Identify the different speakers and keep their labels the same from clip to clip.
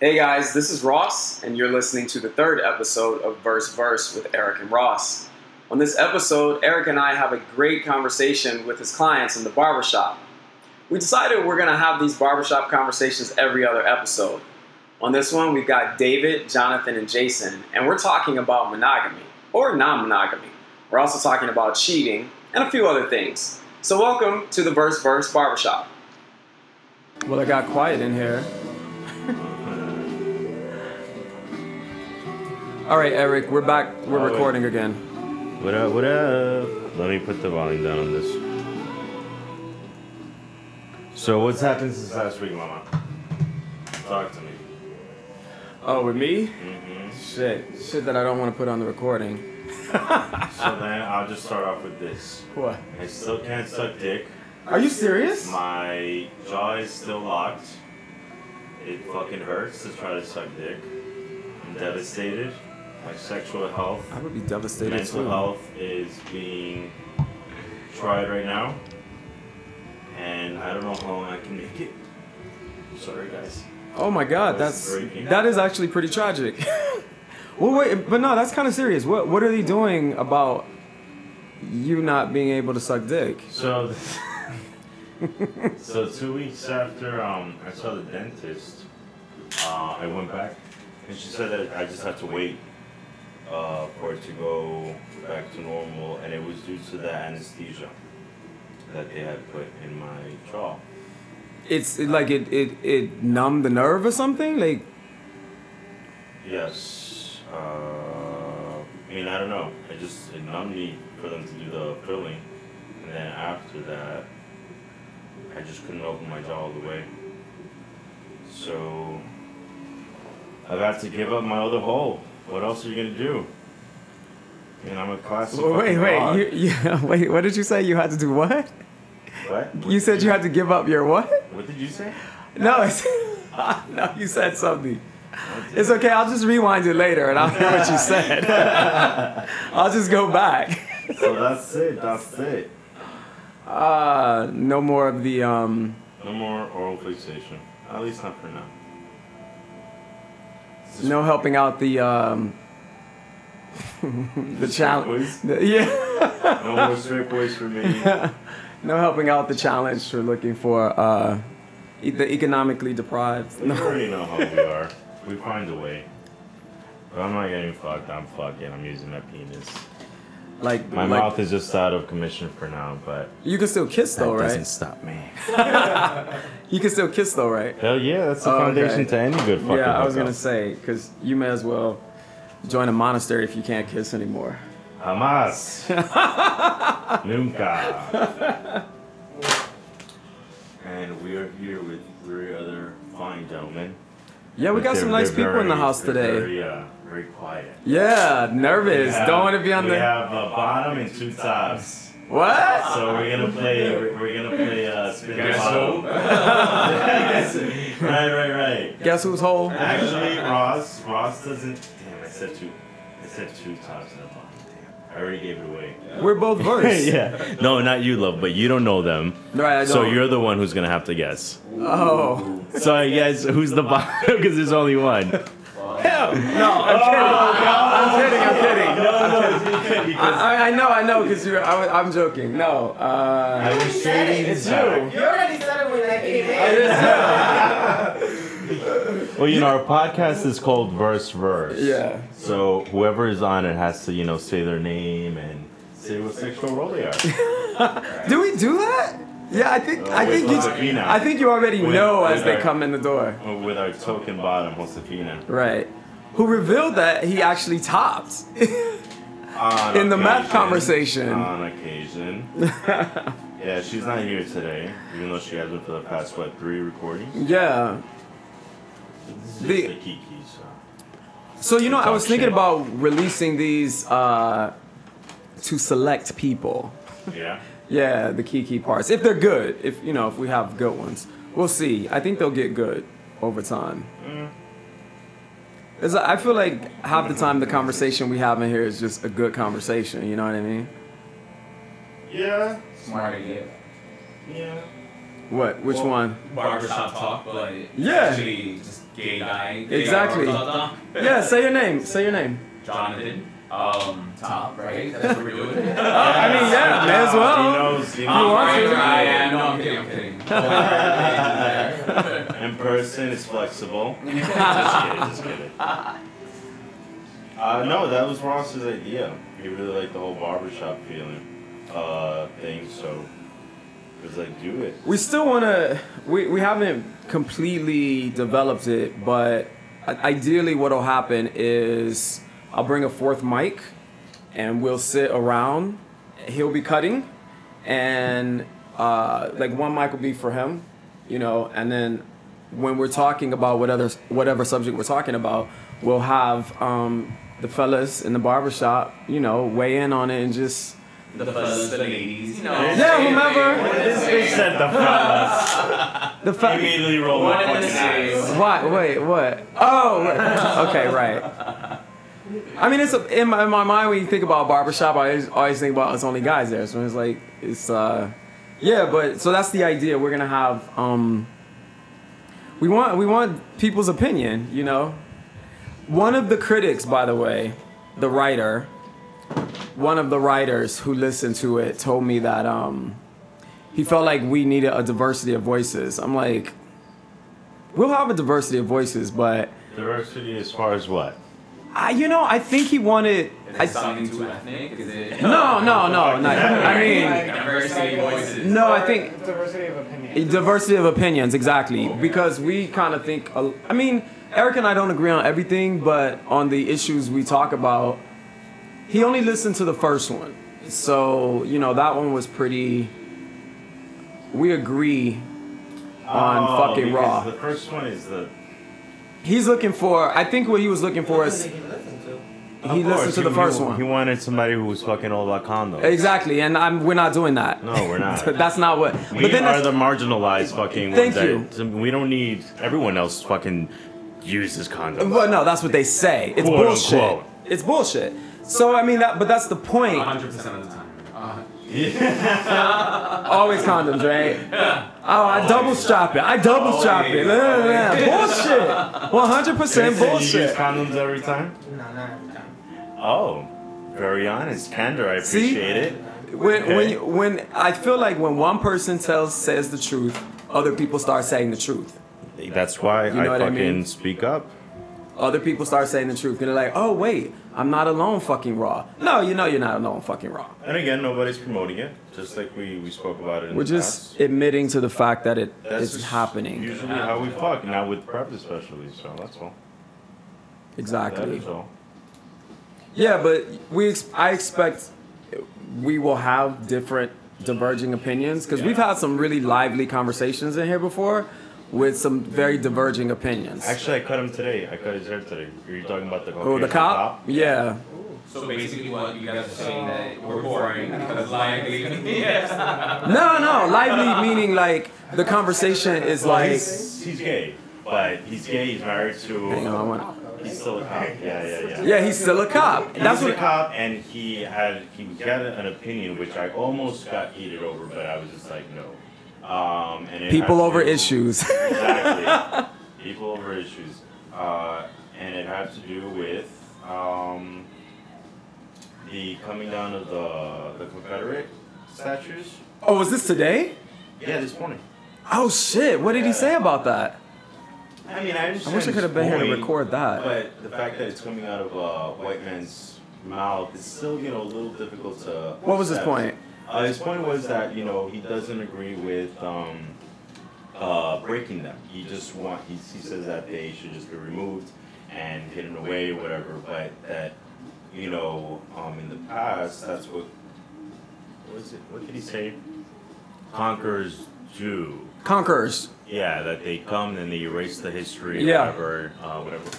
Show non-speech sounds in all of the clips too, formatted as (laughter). Speaker 1: Hey guys, this is Ross, and you're listening to the third episode of Verse Verse with Eric and Ross. On this episode, Eric and I have a great conversation with his clients in the barbershop. We decided we're going to have these barbershop conversations every other episode. On this one, we've got David, Jonathan, and Jason, and we're talking about monogamy or non monogamy. We're also talking about cheating and a few other things. So, welcome to the Verse Verse Barbershop. Well, it got quiet in
Speaker 2: (laughs)
Speaker 1: here. All right, Eric, we're back. We're
Speaker 2: Oh, wait.
Speaker 1: recording again.
Speaker 2: What up, what up? Let me put the volume down on this. So, what's happened since last week, Mama? Talk to me.
Speaker 1: Oh, with me?
Speaker 2: Mm-hmm.
Speaker 1: Shit. Shit that I don't want to put on the recording.
Speaker 2: So, then I'll just start off with this.
Speaker 1: What?
Speaker 2: I still can't suck dick.
Speaker 1: Are you serious?
Speaker 2: My jaw is still locked. It fucking hurts to try to suck dick. I'm devastated. My sexual health,
Speaker 1: I would be devastated
Speaker 2: mental
Speaker 1: too.
Speaker 2: health is being tried right now. And I don't know how long I can make it. Sorry, guys.
Speaker 1: Oh my God,
Speaker 2: That's
Speaker 1: that's
Speaker 2: freaking.
Speaker 1: that is actually pretty tragic. (laughs) well, wait, but no, that's kind of serious. What what are they doing about you not being able to suck dick?
Speaker 2: So, (laughs) so two weeks after um, I saw the dentist, uh, I went back, and she said that I just have to wait uh, for it to go back to normal, and it was due to the anesthesia that they had put in my jaw.
Speaker 1: It's it, like it it it numbed the nerve or something. Like
Speaker 2: Yes. Uh, I mean, I don't know. I just it numbed me for them to do the filling, and then after that, I just couldn't open my jaw all the way. So I've had to give up my other hole. What else are you gonna do? I mean, I'm a classic.
Speaker 1: wait
Speaker 2: fucking
Speaker 1: wait
Speaker 2: hog.
Speaker 1: you, (laughs) you, wait what did you say? You had to do what?
Speaker 2: What? What
Speaker 1: You
Speaker 2: did
Speaker 1: said you had to give up your what?
Speaker 2: What did you say?
Speaker 1: No, it's, (laughs) no, you said something. It's okay. I'll just rewind it later, and I'll hear what you said. (laughs) I'll just go back.
Speaker 2: So that's it. That's it.
Speaker 1: Uh, no more of the um.
Speaker 2: No more oral fixation. At least not for now.
Speaker 1: No helping out the um. (laughs) the challenge.
Speaker 2: Boys.
Speaker 1: the- yeah.
Speaker 2: No more straight boys
Speaker 1: (laughs)
Speaker 2: for me.
Speaker 1: No helping out the challenge for looking for uh, e- the economically deprived.
Speaker 2: You
Speaker 1: No.
Speaker 2: already know how we are. We find a way. But I'm not getting fucked. I'm fucking. I'm using my penis.
Speaker 1: Like
Speaker 2: My
Speaker 1: like,
Speaker 2: mouth is just out of commission for now, but
Speaker 1: You can still kiss though, right?
Speaker 2: stop me.
Speaker 1: You can still kiss though, right?
Speaker 2: Hell yeah, that's the
Speaker 1: Oh, okay.
Speaker 2: foundation to any good fucking.
Speaker 1: Yeah, I was
Speaker 2: hookup.
Speaker 1: gonna say because you may as well join a monastery if you can't kiss anymore.
Speaker 2: (laughs) Hamas. Nunca. And we are here with three other fine gentlemen.
Speaker 1: Yeah, we
Speaker 2: But
Speaker 1: got some
Speaker 2: they're-
Speaker 1: nice
Speaker 2: they're
Speaker 1: people in the
Speaker 2: very-
Speaker 1: house
Speaker 2: they're
Speaker 1: today.
Speaker 2: Very, uh, very quiet.
Speaker 1: Yeah, nervous.
Speaker 2: Yeah,
Speaker 1: Don't want to be on
Speaker 2: we
Speaker 1: the
Speaker 2: have a bottom and two tops.
Speaker 1: what?
Speaker 2: So we're gonna play. We're gonna play. Uh, spin the
Speaker 3: Guess
Speaker 2: bottle.
Speaker 3: who?
Speaker 2: (laughs) right, right, right.
Speaker 1: Guess who's whole?
Speaker 2: Actually, Ross. Ross doesn't. Damn, I said two. I said two tops in the bottle. Damn, I already gave it away.
Speaker 1: We're both verse.
Speaker 2: (laughs) yeah. No, not you, love, but you don't know them.
Speaker 1: Right. I
Speaker 2: So
Speaker 1: don't-
Speaker 2: you're the one who's gonna have to guess.
Speaker 1: Oh
Speaker 2: So I guess who's the (laughs) bottom? Because there's only (laughs) one.
Speaker 1: hell no! I'm
Speaker 2: Oh,
Speaker 1: kidding. I'm kidding. I'm kidding. I, I- I know. I know. Cause you're. I, am joking. No. Uh,
Speaker 2: I was trading
Speaker 1: it's
Speaker 2: back.
Speaker 1: you.
Speaker 3: You already said it when I came in.
Speaker 2: Well, you know, our podcast is called Verse Verse.
Speaker 1: Yeah.
Speaker 2: So whoever is on it has to, you know, say their name and say what sexual role they are.
Speaker 1: (laughs) Do we do that? Yeah, I think. I
Speaker 2: with
Speaker 1: think you.
Speaker 2: Josefina.
Speaker 1: I think you already
Speaker 2: With-
Speaker 1: know
Speaker 2: with
Speaker 1: as they
Speaker 2: our-
Speaker 1: come in the door.
Speaker 2: With our token bottom, Josefina.
Speaker 1: Right. Who revealed that he actually topped (laughs)
Speaker 2: On
Speaker 1: in the math
Speaker 2: occasion-
Speaker 1: conversation?
Speaker 2: On
Speaker 1: (laughs)
Speaker 2: occasion. yeah, she's not here today, even though she has been for the past, what, three recordings?
Speaker 1: Yeah.
Speaker 2: This is
Speaker 1: The-
Speaker 2: just the Kiki, so.
Speaker 1: So you know, I
Speaker 2: Talk
Speaker 1: was thinking
Speaker 2: shit.
Speaker 1: about releasing these uh, to select people.
Speaker 2: Yeah.
Speaker 1: Yeah, the key key parts. If they're good, if you know, if we have good ones, we'll see. I think they'll get good over time. 'Cause I I feel like half the time the conversation we have in here is just a good conversation. You know what I mean?
Speaker 2: Yeah.
Speaker 3: Smart idea.
Speaker 2: Yeah.
Speaker 1: What? Which
Speaker 3: Well-
Speaker 1: one?
Speaker 3: Barbershop talk, but
Speaker 1: Yeah.
Speaker 3: actually just gay guy. gay
Speaker 1: Exactly.
Speaker 3: blah, blah, blah.
Speaker 1: Yeah, say your name. Say your name.
Speaker 3: Jonathan. Um, top, right? That's what we're doing.
Speaker 1: I mean, yeah, may as well.
Speaker 2: He knows. He
Speaker 1: You
Speaker 3: Um,
Speaker 2: knows.
Speaker 1: want
Speaker 3: right,
Speaker 1: to.
Speaker 3: right, yeah, no, I'm kidding, I'm kidding.
Speaker 2: In person, it's
Speaker 1: (laughs)
Speaker 2: flexible. just kidding. Just kidding. Uh, no, that was Ross's idea. He really liked the whole barbershop feeling uh, thing, so it was like, do it.
Speaker 1: We still want to. We, we haven't completely developed it, but i- ideally, what'll happen is I'll bring a fourth mic, and we'll sit around. He'll be cutting, and uh, like one mic will be for him, you know, and then when we're talking about whatever whatever subject we're talking about, we'll have um, the fellas in the barbershop, you know, weigh in on it and just
Speaker 3: The fellas, the ladies, you know.
Speaker 1: Yeah,
Speaker 3: same
Speaker 1: whomever.
Speaker 3: thing, one and the
Speaker 2: This bitch
Speaker 3: same.
Speaker 2: said the fellas.
Speaker 1: the
Speaker 2: I
Speaker 1: fe-
Speaker 2: immediately rolled
Speaker 3: One
Speaker 2: my
Speaker 3: and the
Speaker 2: fucking eyes.
Speaker 3: same.
Speaker 1: What? Wait, what? Oh, wait. (laughs) okay, right. I mean, it's a, in, my, in my mind when you think about a barbershop, I always, always think about it's only guys there, so it's like it's uh, yeah. But so that's the idea. We're gonna have um, we want we want people's opinion, you know. One of the critics, by the way, the writer, one of the writers who listened to it told me that um, he felt like we needed a diversity of voices. I'm like, we'll have a diversity of voices, but
Speaker 2: Diversity as far as what?
Speaker 1: I, you know, I think he wanted.
Speaker 3: Is
Speaker 1: I,
Speaker 3: it something too ethnic? Is it?
Speaker 1: no, no, no, not, I mean,
Speaker 3: Diversity voices.
Speaker 1: no, I think
Speaker 4: Diversity of opinion.
Speaker 1: A diversity of opinions, exactly. Because we kind of think, a- I mean, Eric and I don't agree on everything, but on the issues we talk about, he only listened to the first one. So, you know, that one was pretty. We agree. On
Speaker 2: Oh,
Speaker 1: fucking
Speaker 2: because
Speaker 1: Raw.
Speaker 2: The first one is the.
Speaker 1: He's looking for, I think what he was looking for is he
Speaker 2: Of course,
Speaker 1: listened to the
Speaker 2: he-
Speaker 1: first
Speaker 2: he- He
Speaker 1: one.
Speaker 2: wanted somebody who was fucking all about condoms.
Speaker 1: Exactly, and I'm, we're not doing that.
Speaker 2: No, we're
Speaker 1: (laughs)
Speaker 2: not.
Speaker 1: that's not what.
Speaker 2: We
Speaker 1: but then
Speaker 2: are
Speaker 1: that's,
Speaker 2: the marginalized fucking
Speaker 1: Thank
Speaker 2: ones that we don't need everyone else fucking uses condoms.
Speaker 1: Well, no, that's what they say. It's
Speaker 2: Quote,
Speaker 1: bullshit.
Speaker 2: unquote.
Speaker 1: It's bullshit. So I mean that, but that's the point.
Speaker 3: 100% of the time. Uh,
Speaker 1: Always condoms, right?
Speaker 2: (laughs)
Speaker 1: Oh, I double strap it. I double strap it.
Speaker 3: Always.
Speaker 1: Nah, nah, nah. Bullshit. One hundred percent
Speaker 2: You use
Speaker 1: bullshit.
Speaker 2: condoms every time?
Speaker 4: No, no.
Speaker 2: Oh, very honest, candor. I
Speaker 1: See?
Speaker 2: appreciate it.
Speaker 1: When when
Speaker 2: Okay.
Speaker 1: you- when I feel like when one person tells says the truth, other people start saying the truth.
Speaker 2: That's why
Speaker 1: know
Speaker 2: I
Speaker 1: what I
Speaker 2: fucking
Speaker 1: mean?
Speaker 2: speak up.
Speaker 1: Other people start saying the truth, and they're like, "Oh wait, I'm not alone, fucking raw." No, you know you're not alone, fucking raw.
Speaker 2: And again, nobody's promoting it. Just like we, we spoke about it. In
Speaker 1: We're
Speaker 2: the
Speaker 1: just
Speaker 2: past.
Speaker 1: admitting to the fact that it
Speaker 2: That's
Speaker 1: is
Speaker 2: just
Speaker 1: happening.
Speaker 2: Usually how we fuck. Now with prep especially. So that's all. That
Speaker 1: Exactly.
Speaker 2: is all.
Speaker 1: Yeah, but we ex- I expect we will have different diverging opinions because we've had some really lively conversations in here before with some very diverging opinions.
Speaker 2: Actually, I cut him today. I cut his hair today. Are you talking about the
Speaker 1: oh, the
Speaker 2: Caucasian
Speaker 1: cop? Yeah.
Speaker 3: so basically, what you guys are saying that we're boring because like, (laughs) yeah.
Speaker 1: No, no, lively meaning like the conversation is
Speaker 2: Well,
Speaker 1: like.
Speaker 2: he's, he's gay, but he's gay. He's married to.
Speaker 1: Hang on, I wanna-
Speaker 2: He's still a cop. Yeah, yeah, yeah.
Speaker 1: Yeah, he's still a cop.
Speaker 2: He
Speaker 1: That's
Speaker 2: was a
Speaker 1: what.
Speaker 2: cop, and he had he had an opinion which I almost got heated over, but I was just like, no. Um, and it had
Speaker 1: People
Speaker 2: to
Speaker 1: over
Speaker 2: do-
Speaker 1: issues. (laughs)
Speaker 2: Exactly. (laughs) people over issues, uh, and it had to do with um, the coming down of the the Confederate statues.
Speaker 1: oh, was this today?
Speaker 2: Yeah, this morning.
Speaker 1: Oh shit! What did he say about that?
Speaker 2: I mean,
Speaker 1: I
Speaker 2: I understand.
Speaker 1: wish I could have
Speaker 2: his
Speaker 1: been here to
Speaker 2: point,
Speaker 1: record that.
Speaker 2: But the fact that it's coming out of a white man's mouth is still, you know, a little difficult to.
Speaker 1: What was his
Speaker 2: accept.
Speaker 1: point?
Speaker 2: Uh, his point was that you know he doesn't agree with um, uh, breaking them. He just want he, he says that they should just be removed and hidden away, whatever. But that you know um, in the past that's what what was it? What did he say? Conquers Jew.
Speaker 1: Conquerors.
Speaker 2: Yeah, that they come and they erase the history,
Speaker 1: Yeah.
Speaker 2: whatever, uh, whatever.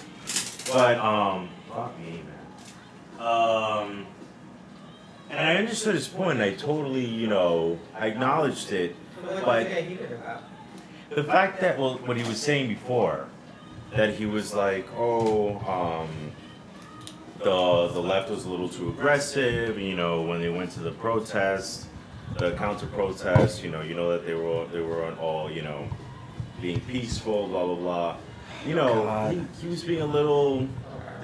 Speaker 2: But um, fuck me, man. Um, and I understood his point. I totally, you know, I acknowledged it. But the fact that, well, what he was saying before, that he was like, oh, um, the the left was a little too aggressive. You know, when they went to the protest, the counter protest. You know, you know that they were all, they were on all you know being peaceful, blah blah blah. you know,
Speaker 1: God.
Speaker 2: he, he was being a little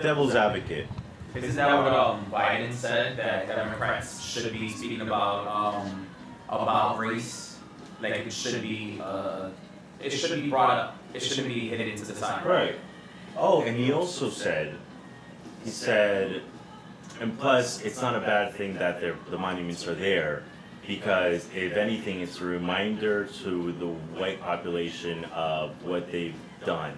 Speaker 2: devil's advocate.
Speaker 3: Isn't that what um, Biden said that Democrats should be speaking about um, about race? Like it should be uh, it should be brought up. It shouldn't be hidden into the side.
Speaker 2: Right. Oh, and he also said, he said, and plus, it's not a bad thing that they're- the monuments are there, because if anything, it's a reminder to the white population of what they've done.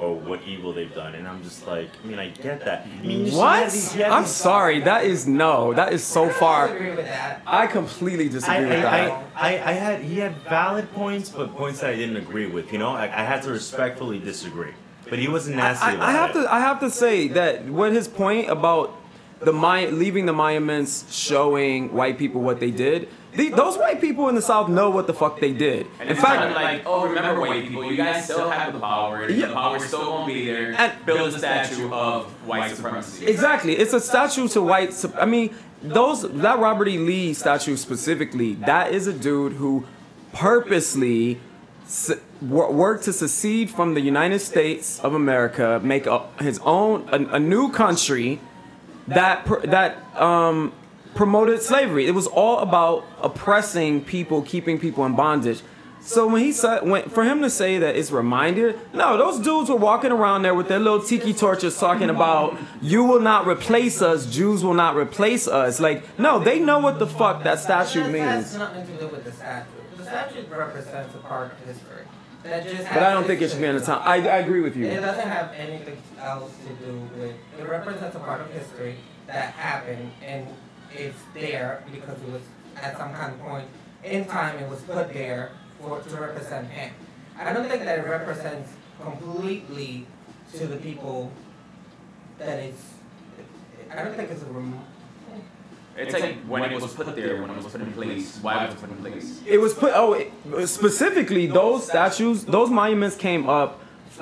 Speaker 2: Or what evil they've done, and I'm just like, I mean, I get that. I mean, you see- yeah, these-
Speaker 1: What?
Speaker 2: yeah,
Speaker 1: I'm
Speaker 2: these-
Speaker 1: sorry. That is no. That is so
Speaker 4: I
Speaker 1: far.
Speaker 4: disagree with that.
Speaker 1: I completely
Speaker 2: I,
Speaker 1: disagree with
Speaker 2: I,
Speaker 1: that.
Speaker 2: I, I, I had he had valid points, but points that I didn't agree with. You know, I, I had to respectfully disagree. But he wasn't nasty
Speaker 1: I,
Speaker 2: about
Speaker 1: I have
Speaker 2: it.
Speaker 1: to I have to say that what his point about the Maya, leaving the monuments showing white people what they did. The, those white people in the South know what the fuck they did.
Speaker 3: And
Speaker 1: In
Speaker 3: it's not
Speaker 1: fact,
Speaker 3: like, oh, remember white people, you guys still have the power. and
Speaker 1: Yeah.
Speaker 3: The power still won't be there.
Speaker 1: And-
Speaker 3: build a statue of white supremacy.
Speaker 1: exactly, it's a statue to white. sup- I mean, those that Robert E. Lee statue specifically. That is a dude who purposely s- wor- worked to secede from the United States of America, make a, his own a, a new country that pr- that um, promoted slavery. It was all about oppressing people, keeping people in bondage. So when he said, when, for him to say that it's reminded, no, those dudes were walking around there with their little tiki torches talking about, you will not replace us, Jews will not replace us. Like, no, they know what the fuck that statue
Speaker 4: That has
Speaker 1: means.
Speaker 4: nothing to do with the statue. The statue represents a part of history. That just
Speaker 1: But I don't think it should be in the time. I, I agree with
Speaker 4: It
Speaker 1: you.
Speaker 4: doesn't have anything else to do with. It represents a part of history that happened, and it's there because it was at some kind of point in time it was put there for to represent him. I don't think that it represents completely to the people that it's. I don't think it's a. Rem-
Speaker 3: It's like when it was put there, when it was put in place, why was it put in place?
Speaker 1: It was put, oh, it, specifically, those statues, those monuments came up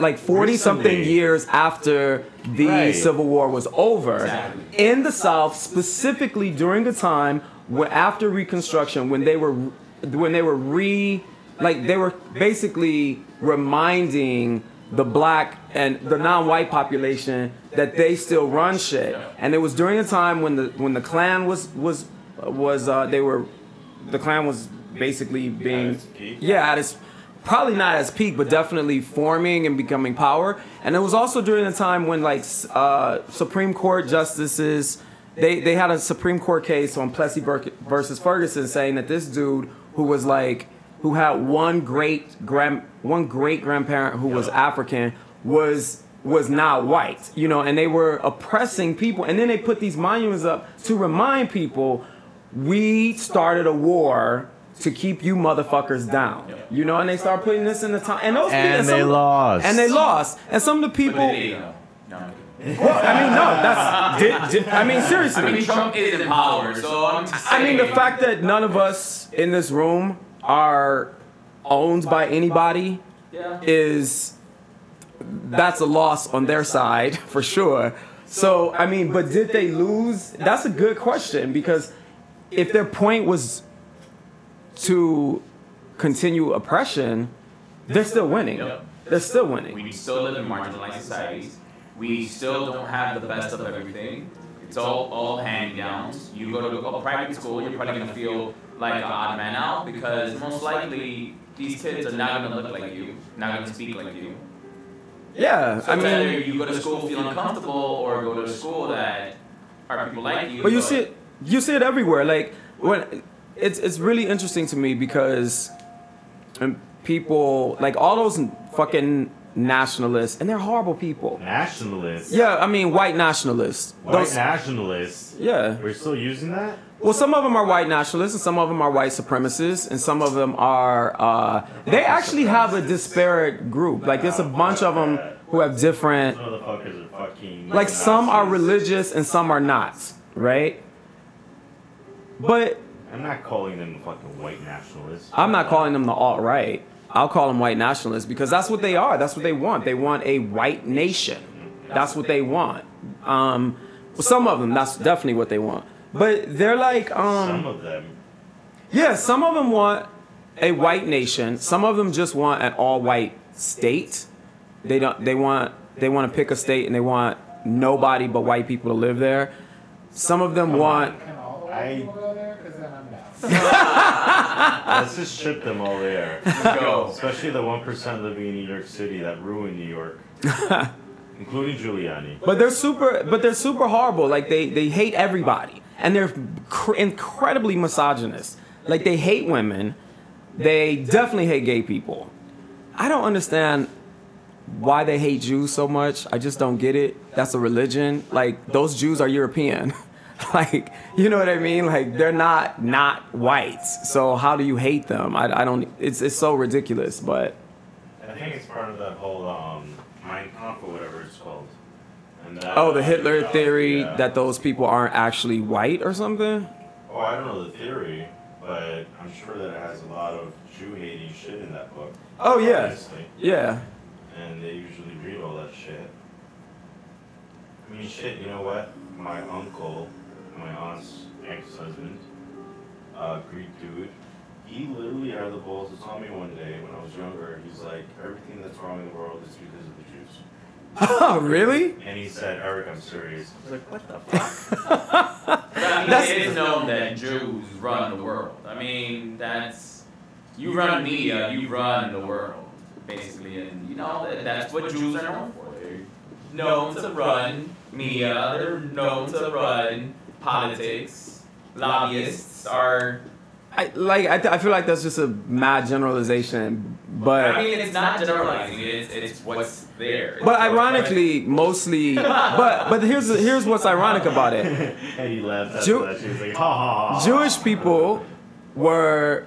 Speaker 1: like 40 something
Speaker 2: Recently.
Speaker 1: years after the
Speaker 2: Right.
Speaker 1: Civil War was over.
Speaker 3: Exactly.
Speaker 1: in the South, specifically during a time where after Reconstruction, when they were when they were re like they were basically reminding the black and the non-white population that they still run shit, and it was during a time when the when the Klan was was was uh, they were the Klan was basically being
Speaker 2: its peak?
Speaker 1: yeah at its probably not as peak but definitely forming and becoming power and it was also during the time when like s- uh, supreme court justices they, they had a supreme court case on plessy Ber- versus ferguson saying that this dude who was like who had one great grand one great grandparent who was african was was not white you know and they were oppressing people and then they put these monuments up to remind people we started a war to keep you motherfuckers down. You know, and they start putting this in the time. And those people,
Speaker 2: And they
Speaker 1: some-
Speaker 2: lost.
Speaker 1: And they lost. And some of the
Speaker 3: But
Speaker 1: people.
Speaker 3: did they know? No. I'm kidding.
Speaker 1: Well, I mean, no, that's. Did, did, I mean, seriously.
Speaker 3: I mean, Trump is in power, so I'm just
Speaker 1: I mean, the
Speaker 3: saying.
Speaker 1: fact that none of us in this room are owned by anybody
Speaker 3: Yeah.
Speaker 1: is that's a loss on their side (laughs) for sure. So I mean, but did they lose? That's a good question because if their point was to continue oppression, they're still winning. They're still winning.
Speaker 3: We still live in marginalized societies. We still don't have the best of everything. It's all all hand downs. You go to a private school, you're probably gonna feel like an odd man out because most likely these kids are not gonna look like you, not gonna speak like you.
Speaker 1: Yeah,
Speaker 3: So
Speaker 1: I
Speaker 3: it's either
Speaker 1: mean,
Speaker 3: you go to school feeling comfortable or go to a school that are people like you.
Speaker 1: but you see it, you see it everywhere. Like when it's it's really interesting to me because um, people like all those fucking nationalists and they're horrible people.
Speaker 2: nationalists.
Speaker 1: Yeah, I mean white nationalists.
Speaker 2: White
Speaker 1: Those-
Speaker 2: nationalists.
Speaker 1: yeah.
Speaker 2: We're still using that?
Speaker 1: Well, some of them are white nationalists, and some of them are white supremacists, and some of them are. Uh, they actually have a disparate group. Like there's a bunch of them who have different.
Speaker 2: Those motherfuckers are fucking.
Speaker 1: Like some are
Speaker 2: Nazis.
Speaker 1: religious and some are not, right? But
Speaker 2: I'm not calling them fucking white nationalists.
Speaker 1: I'm not calling them the alt right. I'll call them white nationalists because that's what they are. That's what they want. They want a white nation. That's what they want. Um, some of them, that's definitely what they want. But they're like, um,
Speaker 2: Some of them.
Speaker 1: Yeah, some of them want a white nation. Some of them just want an all white state. they don't they want they want to pick a state and they want nobody but white people to live there. Some of them want
Speaker 5: Can all the white
Speaker 2: I-
Speaker 5: people go there? Because then I'm down.
Speaker 2: (laughs) Let's just ship them all there.
Speaker 3: Go.
Speaker 2: Especially the one percent living in New York City that ruined New York,
Speaker 1: (laughs)
Speaker 2: including Giuliani.
Speaker 1: But they're super. But they're super horrible. Like they they hate everybody, and they're cr- incredibly misogynist. Like they hate women. They definitely hate gay people. I don't understand why they hate Jews so much. I just don't get it. That's a religion. Like those Jews are European. (laughs) like you know what I mean? Like they're not not whites. So how do you hate them? I, I don't. It's it's so ridiculous. But
Speaker 2: I think it's part of that whole um, Mein Kampf or whatever it's called. And that,
Speaker 1: oh, the Hitler theory
Speaker 2: Yeah.
Speaker 1: that those people aren't actually white or something.
Speaker 2: Oh, I don't know the theory, but I'm sure that it has a lot of Jew hating shit in that book.
Speaker 1: Oh, yeah.
Speaker 2: Obviously.
Speaker 1: Yeah. (laughs)
Speaker 2: and they usually read all that shit. I mean, shit, you know what? My uncle, my aunt's ex husband, uh, Greek dude, he literally had the balls to tell me one day when I was younger, he's like, everything that's wrong in the world is because of the Jews.
Speaker 1: Oh, really?
Speaker 2: And he said, Eric, I'm serious.
Speaker 3: But I mean,
Speaker 1: That's-
Speaker 3: it is known that Jews run the world. I mean, that's you run media, you run the world, basically, and you know that, that's what Jews are known for. They're known to run media. They're known to run politics. Lobbyists are.
Speaker 1: I like. I, th- I feel like that's just a mad generalization, but
Speaker 3: I mean, it's not generalizing. It's it's what's there. It's
Speaker 1: but
Speaker 3: what's
Speaker 1: ironically, mostly. But but here's here's what's ironic about it.
Speaker 2: and he laughed at
Speaker 1: Jew-
Speaker 2: that. She was like, ha ha ha.
Speaker 1: Jewish people were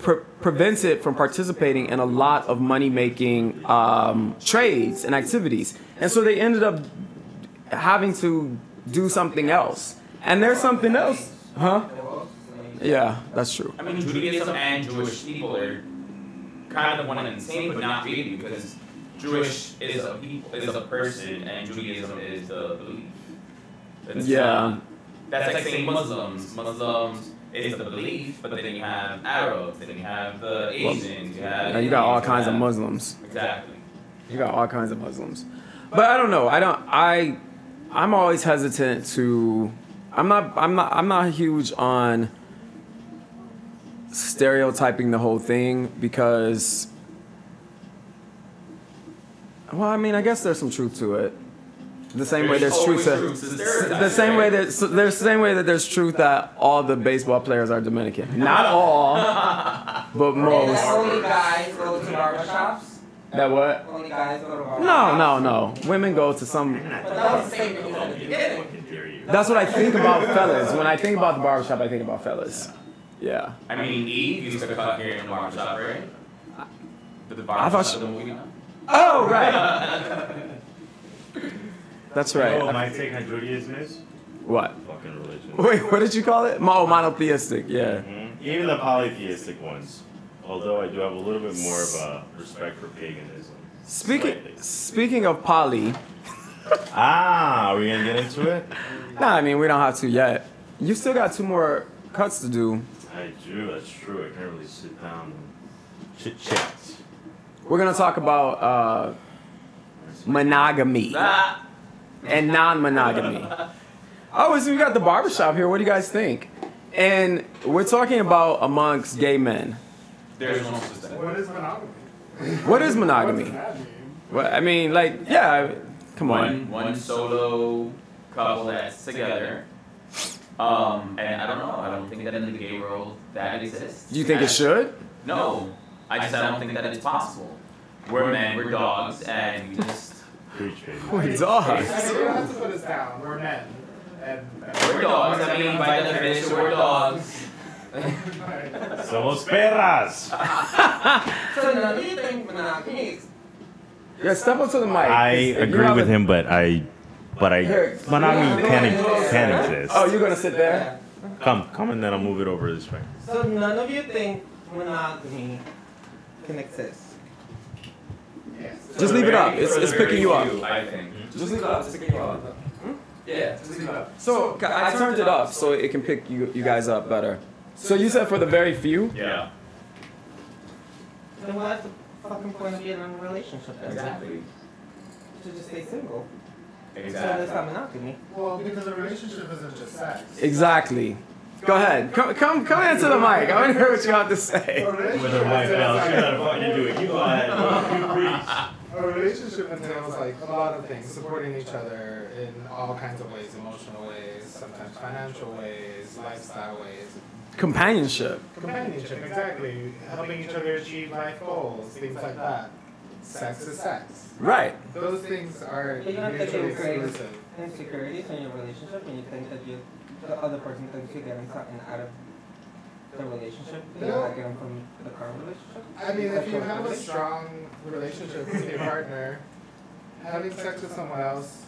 Speaker 1: pre- prevented from participating in a lot of money making um, trades and activities, and so they ended up having to do something else. And there's something else, huh? Yeah, that's true.
Speaker 3: I mean, Judaism and Jewish people are kind of one and the same, but not really, because Jewish is a people, is a person, and Judaism is the belief. That's
Speaker 1: Yeah.
Speaker 3: not- that's like saying Muslims. Muslims is the belief, but then you have Arabs, then you have the Asians, you have.
Speaker 1: Now you got all
Speaker 3: Indians,
Speaker 1: kinds of
Speaker 3: have-
Speaker 1: Muslims.
Speaker 3: Exactly.
Speaker 1: You got all kinds of Muslims. But I don't know. I don't I I'm always hesitant to I'm not I'm not I'm not huge on stereotyping the whole thing because well, I mean, I guess there's some truth to it. The same way there's truth
Speaker 3: always
Speaker 1: to
Speaker 3: stereotypes,
Speaker 1: the same way
Speaker 3: right?
Speaker 1: that so there's the same way that there's truth that all the baseball players are Dominican. Not all, but
Speaker 4: And that (laughs)
Speaker 1: most.
Speaker 4: only guys go to barbershops.
Speaker 1: That what?
Speaker 4: Only guys go to barbershops.
Speaker 1: No, no, no. Women go to some
Speaker 4: But that was the same thing from the beginning.
Speaker 2: Fucking dare you.
Speaker 1: That's what I think about fellas. When I think about the barbershop, I think about fellas. Yeah.
Speaker 3: I mean, Eve used to cut hair in the barbershop, right? The, the barbershop.
Speaker 1: she-
Speaker 3: the movie.
Speaker 1: Oh, right. That's
Speaker 2: You know what
Speaker 1: right.
Speaker 2: my take on Judaism is?
Speaker 1: What?
Speaker 2: Fucking religion.
Speaker 1: Wait, what did you call it? Mo- Oh, monotheistic. Yeah.
Speaker 2: Mhm. Even the polytheistic ones. Although I do have a little bit more of a respect for paganism.
Speaker 1: Speaking
Speaker 2: Slightly.
Speaker 1: speaking of poly,
Speaker 2: Ah, are we gonna get into it?
Speaker 1: nah, I mean we don't have to yet. You still got two more cuts to do.
Speaker 2: I do, that's true. I can't really sit down and chit chat.
Speaker 1: We're gonna talk about uh, monogamy
Speaker 3: Ah,
Speaker 1: and non-monogamy. Oh, so we got the barbershop here. What do you guys think? And we're talking about amongst gay men.
Speaker 3: there's no such thing.
Speaker 5: What is monogamy?
Speaker 1: What is
Speaker 5: What does
Speaker 1: monogamy?
Speaker 5: that mean?
Speaker 1: Well, I mean, like, yeah, come on.
Speaker 3: one one solo couple that's together. Um, and I don't know. I don't think that in the gay world that exists.
Speaker 1: Do you think it should?
Speaker 3: No, I just I don't think that it's possible. We're men, we're dogs, and we just
Speaker 2: Preach baby.
Speaker 1: We're
Speaker 5: I
Speaker 1: dogs.
Speaker 5: mean, you don't have to put us down. We're men. And,
Speaker 3: we're dogs. I mean, by definition, we're dogs.
Speaker 2: Somos perras!
Speaker 4: So now, do you think monogamy is
Speaker 1: Yeah, step up to the mic.
Speaker 2: I
Speaker 1: If you
Speaker 2: agree
Speaker 1: have
Speaker 2: with
Speaker 1: a-
Speaker 2: him, but I. But I.
Speaker 1: Here.
Speaker 2: Monogamy can, ex- can
Speaker 1: Oh,
Speaker 2: exist.
Speaker 1: you're gonna sit there?
Speaker 2: Come, come and then I'll move it over this way.
Speaker 4: So none of you think monogamy can exist.
Speaker 5: yes.
Speaker 1: Just leave it up. It's, it's picking you up.
Speaker 3: I think.
Speaker 1: Just leave it up. It's picking you up. Hmm?
Speaker 3: Yeah.
Speaker 1: So ca- I turned it up so it can pick you you guys up better. So you said for the very few.
Speaker 2: Yeah.
Speaker 4: Then why, fucking point of being in a relationship then?
Speaker 3: Exactly.
Speaker 4: To just stay single. So there's
Speaker 3: Exactly.
Speaker 4: not monogamy.
Speaker 5: Well, because a relationship isn't just sex.
Speaker 1: Exactly. Go ahead. Come, come, come into the mic. I want to hear what you have to
Speaker 5: A
Speaker 1: say.
Speaker 5: relationship
Speaker 2: With her wife now, she gotta
Speaker 5: entails, like,
Speaker 2: fucking do it. You go ahead, bro. you preach.
Speaker 5: A relationship entails like a lot of things, supporting each other in all kinds of ways, emotional ways, sometimes financial ways, lifestyle ways,
Speaker 1: Companionship.
Speaker 5: companionship, exactly, helping each other achieve life goals, things like that. Sex is sex.
Speaker 1: Right.
Speaker 5: Those things are
Speaker 4: But you have to
Speaker 5: mutually
Speaker 4: give grace.
Speaker 5: exclusive.
Speaker 4: Insecurities in your relationship and you think that you, the other person thinks you're getting something out of the relationship that you're not getting from the current relationship.
Speaker 5: I mean, if you have a strong relationship with your partner, having sex with someone else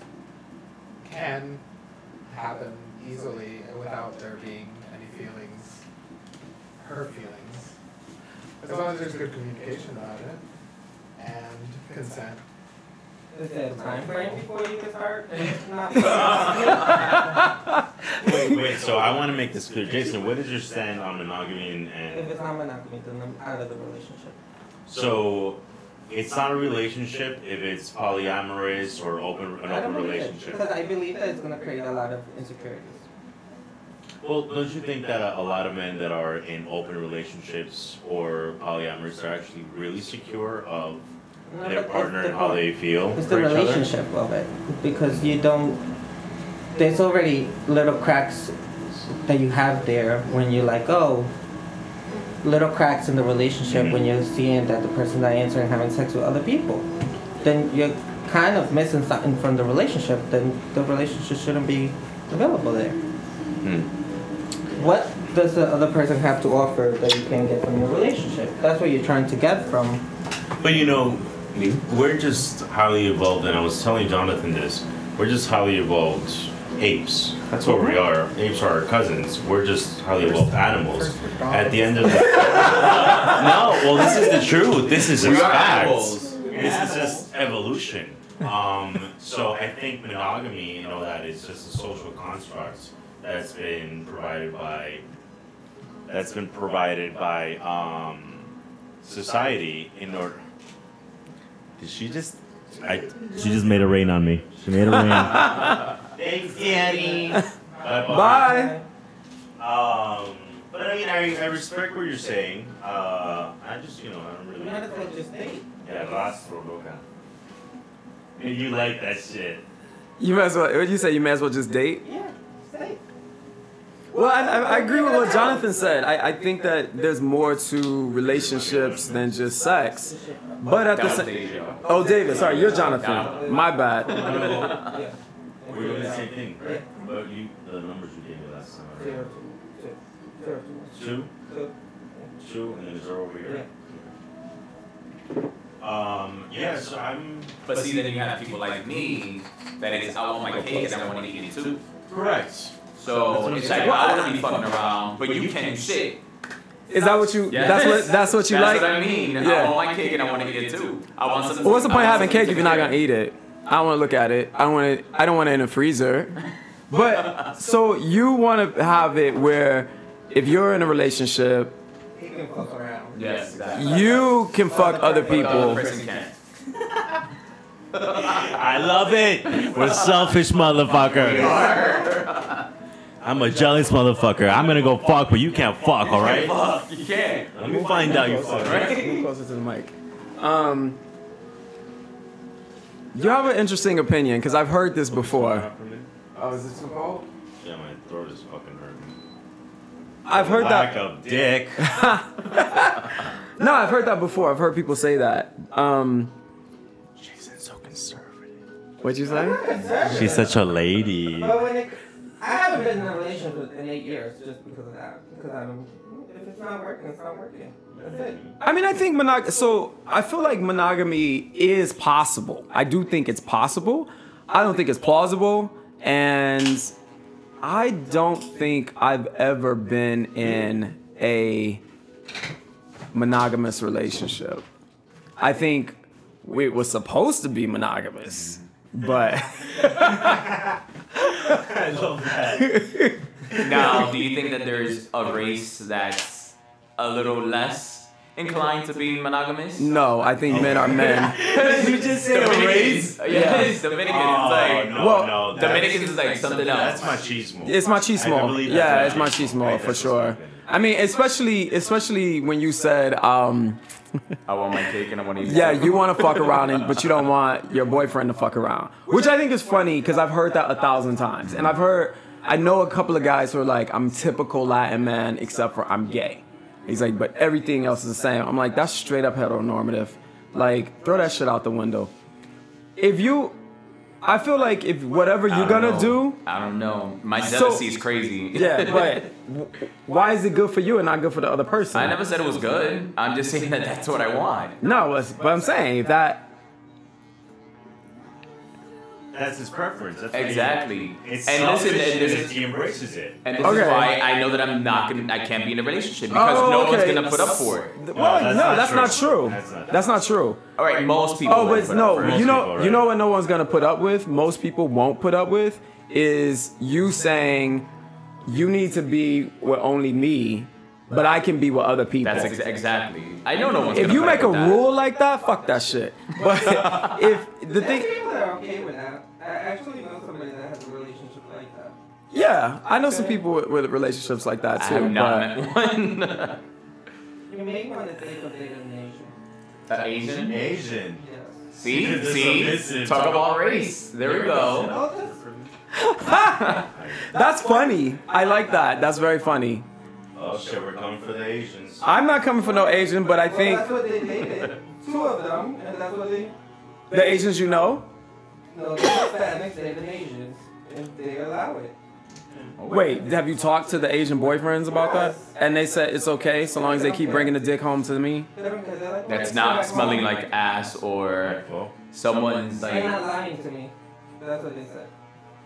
Speaker 5: can happen easily without there being any feelings, her feelings. As long as there's good communication about it and consent.
Speaker 4: Is there a time frame before you can start? Not-
Speaker 2: Wait, wait. So I want to make this clear, Jason. What is your stand on monogamy and?
Speaker 4: if
Speaker 2: and
Speaker 4: it's not monogamy, then I'm out of the relationship.
Speaker 2: so it's not a relationship if it's polyamorous or open an
Speaker 4: I don't
Speaker 2: open
Speaker 4: believe it,
Speaker 2: relationship.
Speaker 4: Because I believe that it's going to create a lot of insecurities.
Speaker 2: Well, don't you think that uh, a, a lot of men that are in open relationships or polyamorous are actually really secure of
Speaker 4: No,
Speaker 2: their
Speaker 4: but
Speaker 2: partner
Speaker 4: it's
Speaker 2: and
Speaker 4: the
Speaker 2: how
Speaker 4: point.
Speaker 2: they feel
Speaker 4: It's the
Speaker 2: for each other?
Speaker 4: relationship of it because you don't. There's already little cracks that you have there when you're like, oh, little cracks in the relationship when you're seeing that the person's not answering having sex with other people. Then you're kind of missing something from the relationship. Then the relationship shouldn't be available there.
Speaker 2: Hmm.
Speaker 4: What does the other person have to offer that you can't get from your relationship? That's what you're trying to get from.
Speaker 2: But you know, we're just highly evolved, and I was telling Jonathan this. We're just highly evolved apes. That's what we are. Apes are our cousins. We're just highly evolved animals. At the end of the (laughs) no, well, this is the truth. This is just
Speaker 3: We are
Speaker 2: facts.
Speaker 3: animals.
Speaker 2: This is just evolution. Um, so I think monogamy and all that is just a social construct that's been provided by that's been provided by um, society in order. Did she just? I, she just made a rain on me. She made a (laughs) rain. Thanks, Daddy.
Speaker 1: Oh.
Speaker 2: Bye.
Speaker 1: Bye.
Speaker 2: Um, but I mean, I, I respect what you're saying. Uh, I just, you know, I don't really. Yeah, rastro loca. And you like that shit.
Speaker 1: You may as well. What you say? You may as well just date.
Speaker 4: Yeah, stay.
Speaker 1: Well, I, I, I agree with what Jonathan said. I, I think that there's more to relationships than just sex. But at the
Speaker 3: That was
Speaker 1: same,
Speaker 3: deja.
Speaker 1: oh David, sorry, you're Jonathan. My bad.
Speaker 4: Yeah.
Speaker 2: We're doing the same thing,
Speaker 4: right?
Speaker 2: right? But you, the numbers you gave me last time.
Speaker 4: Zero, two, zero,
Speaker 2: Two,
Speaker 4: two,
Speaker 2: two, and then zero over
Speaker 4: here.
Speaker 2: here. Um, yeah, so I'm.
Speaker 3: But see, then you have people like me that is, I want my cake and I want to eat it too.
Speaker 2: Correct.
Speaker 3: So
Speaker 2: That's what I'm
Speaker 3: it's like,
Speaker 2: saying.
Speaker 3: well, I want to be fucking around, but you can shit.
Speaker 1: Is that what you?
Speaker 3: Yes.
Speaker 1: That's what. That's what you
Speaker 3: That's
Speaker 1: like.
Speaker 3: what I mean.
Speaker 1: Yeah.
Speaker 3: I want my cake and I want to eat it too. I want something.
Speaker 1: Well, what's the point
Speaker 3: I
Speaker 1: of
Speaker 3: want
Speaker 1: having
Speaker 3: something
Speaker 1: cake if you're not gonna eat it? I don't want to look at it. I want to. I don't want it in a freezer. But so you want to have it where, if you're in a relationship,
Speaker 4: He can fuck around.
Speaker 3: Yes, exactly.
Speaker 1: you can fuck other
Speaker 3: But the other
Speaker 1: people.
Speaker 3: person can't.
Speaker 2: I love it. We're selfish motherfuckers. I'm a jealous motherfucker. I'm gonna go fuck, but you can't fuck, alright?
Speaker 3: Fuck, you can't.
Speaker 2: Let me find out you fuck, right?
Speaker 1: Move closer to the mic. Um, you have an interesting opinion because I've heard this before. Oh, is this involved?
Speaker 2: Yeah, my throat is fucking hurting.
Speaker 1: I've heard
Speaker 2: Lack
Speaker 1: that.
Speaker 2: of dick.
Speaker 1: No, I've heard that before. I've heard people say that. Um,
Speaker 2: Jason's so conservative.
Speaker 1: what'd you say?
Speaker 2: She's such a lady.
Speaker 4: But when it, I haven't been in a relationship in eight years just because of that. Because I'm, if it's not working, it's not working. That's it.
Speaker 1: I mean, I think monog. So I feel like monogamy is possible. I do think it's possible. I don't think it's plausible, and I don't think I've ever been in a monogamous relationship. I think we were supposed to be monogamous, but (laughs)
Speaker 2: I love that.
Speaker 3: Now, do you think that there's a race that's a little less inclined to being monogamous?
Speaker 1: No, I think men are men.
Speaker 3: you just say Dominicans, (laughs)
Speaker 1: race?
Speaker 3: Yes, Dominicans.
Speaker 2: Oh,
Speaker 3: it's like
Speaker 2: no,
Speaker 1: well,
Speaker 2: no, that's-
Speaker 3: Dominicans is like something else.
Speaker 2: That's my cheese move.
Speaker 1: It's my
Speaker 2: I
Speaker 1: machismo.
Speaker 2: believe that's
Speaker 1: Yeah,
Speaker 2: my
Speaker 1: it's my
Speaker 2: cheese
Speaker 1: machismo
Speaker 2: move.
Speaker 1: for
Speaker 2: That's
Speaker 1: sure.
Speaker 2: what's
Speaker 1: I mean, especially especially when you said, um,
Speaker 3: I want my cake and I want to eat.
Speaker 1: yeah,
Speaker 3: it.
Speaker 1: you want to fuck around, and, but you don't want your boyfriend to fuck around, which I think is funny because I've heard that a thousand times, and I've heard I know a couple of guys who are like, I'm typical Latin man except for I'm gay. He's like, but everything else is the same. I'm like, that's straight up heteronormative. Like, throw that shit out the window. If you, I feel like if whatever
Speaker 3: I
Speaker 1: you're
Speaker 3: don't
Speaker 1: gonna
Speaker 3: know.
Speaker 1: do,
Speaker 3: I don't know. My
Speaker 1: So-
Speaker 3: jealousy is crazy. (laughs)
Speaker 1: yeah, but w- why is it good for you and not good for the other person?
Speaker 3: I never said it was good. I'm just saying that that's what I want.
Speaker 1: No, it's- but I'm saying if that.
Speaker 2: That's his preference. That's what he-
Speaker 3: Exactly.
Speaker 2: It's
Speaker 3: and listen,
Speaker 2: selfish
Speaker 3: and this is,
Speaker 2: he embraces it.
Speaker 3: and this is
Speaker 1: Okay.
Speaker 3: why I know that I'm not gonna, I can't be in a relationship because
Speaker 1: Oh,
Speaker 3: no one's
Speaker 1: okay.
Speaker 3: gonna put up for it.
Speaker 1: well,
Speaker 2: that's
Speaker 1: no,
Speaker 2: not
Speaker 1: that's
Speaker 2: true.
Speaker 1: not true.
Speaker 2: That's not-
Speaker 1: That's not true.
Speaker 3: All right, most people.
Speaker 1: Oh,
Speaker 3: would
Speaker 1: but
Speaker 3: put up for
Speaker 1: no,
Speaker 3: it.
Speaker 1: you know,
Speaker 2: people,
Speaker 1: you
Speaker 2: right.
Speaker 1: know what no one's gonna put up with. Most people won't put up with is you saying you need to be with only me, but I can be with other people.
Speaker 3: That's ex- exactly. I know no one's.
Speaker 1: if
Speaker 3: gonna
Speaker 1: you
Speaker 3: put up
Speaker 1: make a
Speaker 3: with that.
Speaker 1: rule like that, fuck that shit. But (laughs) if the
Speaker 4: There's
Speaker 1: thing,
Speaker 4: people that are okay with that. I actually know somebody that has a relationship like that.
Speaker 1: yeah, I know some people with, with relationships like that
Speaker 3: I
Speaker 1: too.
Speaker 3: have not
Speaker 1: but-
Speaker 3: met one. (laughs)
Speaker 4: You may want to think of it in nation.
Speaker 3: An Asian.
Speaker 2: Asian.
Speaker 4: Yes.
Speaker 3: See,
Speaker 2: It's
Speaker 3: see,
Speaker 2: submissive.
Speaker 3: talk about race. There we go.
Speaker 4: Oh, that's
Speaker 1: That's funny. I like that. That's very funny.
Speaker 2: Oh shit, we're coming for the Asians.
Speaker 1: I'm not coming for no Asian, but I
Speaker 4: well,
Speaker 1: think
Speaker 4: that's what they dated. Two of them, and that's what they.
Speaker 1: the Asians you know.
Speaker 4: No, they're Hispanics, they're the Asians, and they allow it.
Speaker 1: Wait, have you talked to the Asian boyfriends about that? And they said it's okay so long as they keep bringing the dick home to me.
Speaker 4: They don't care, they're like,
Speaker 3: That's
Speaker 4: "Well,
Speaker 3: not
Speaker 4: it's back
Speaker 3: smelling
Speaker 4: home."
Speaker 3: like ass or
Speaker 2: Well,
Speaker 3: someone's
Speaker 4: They're not
Speaker 3: like.
Speaker 4: lying to me. That's what they said.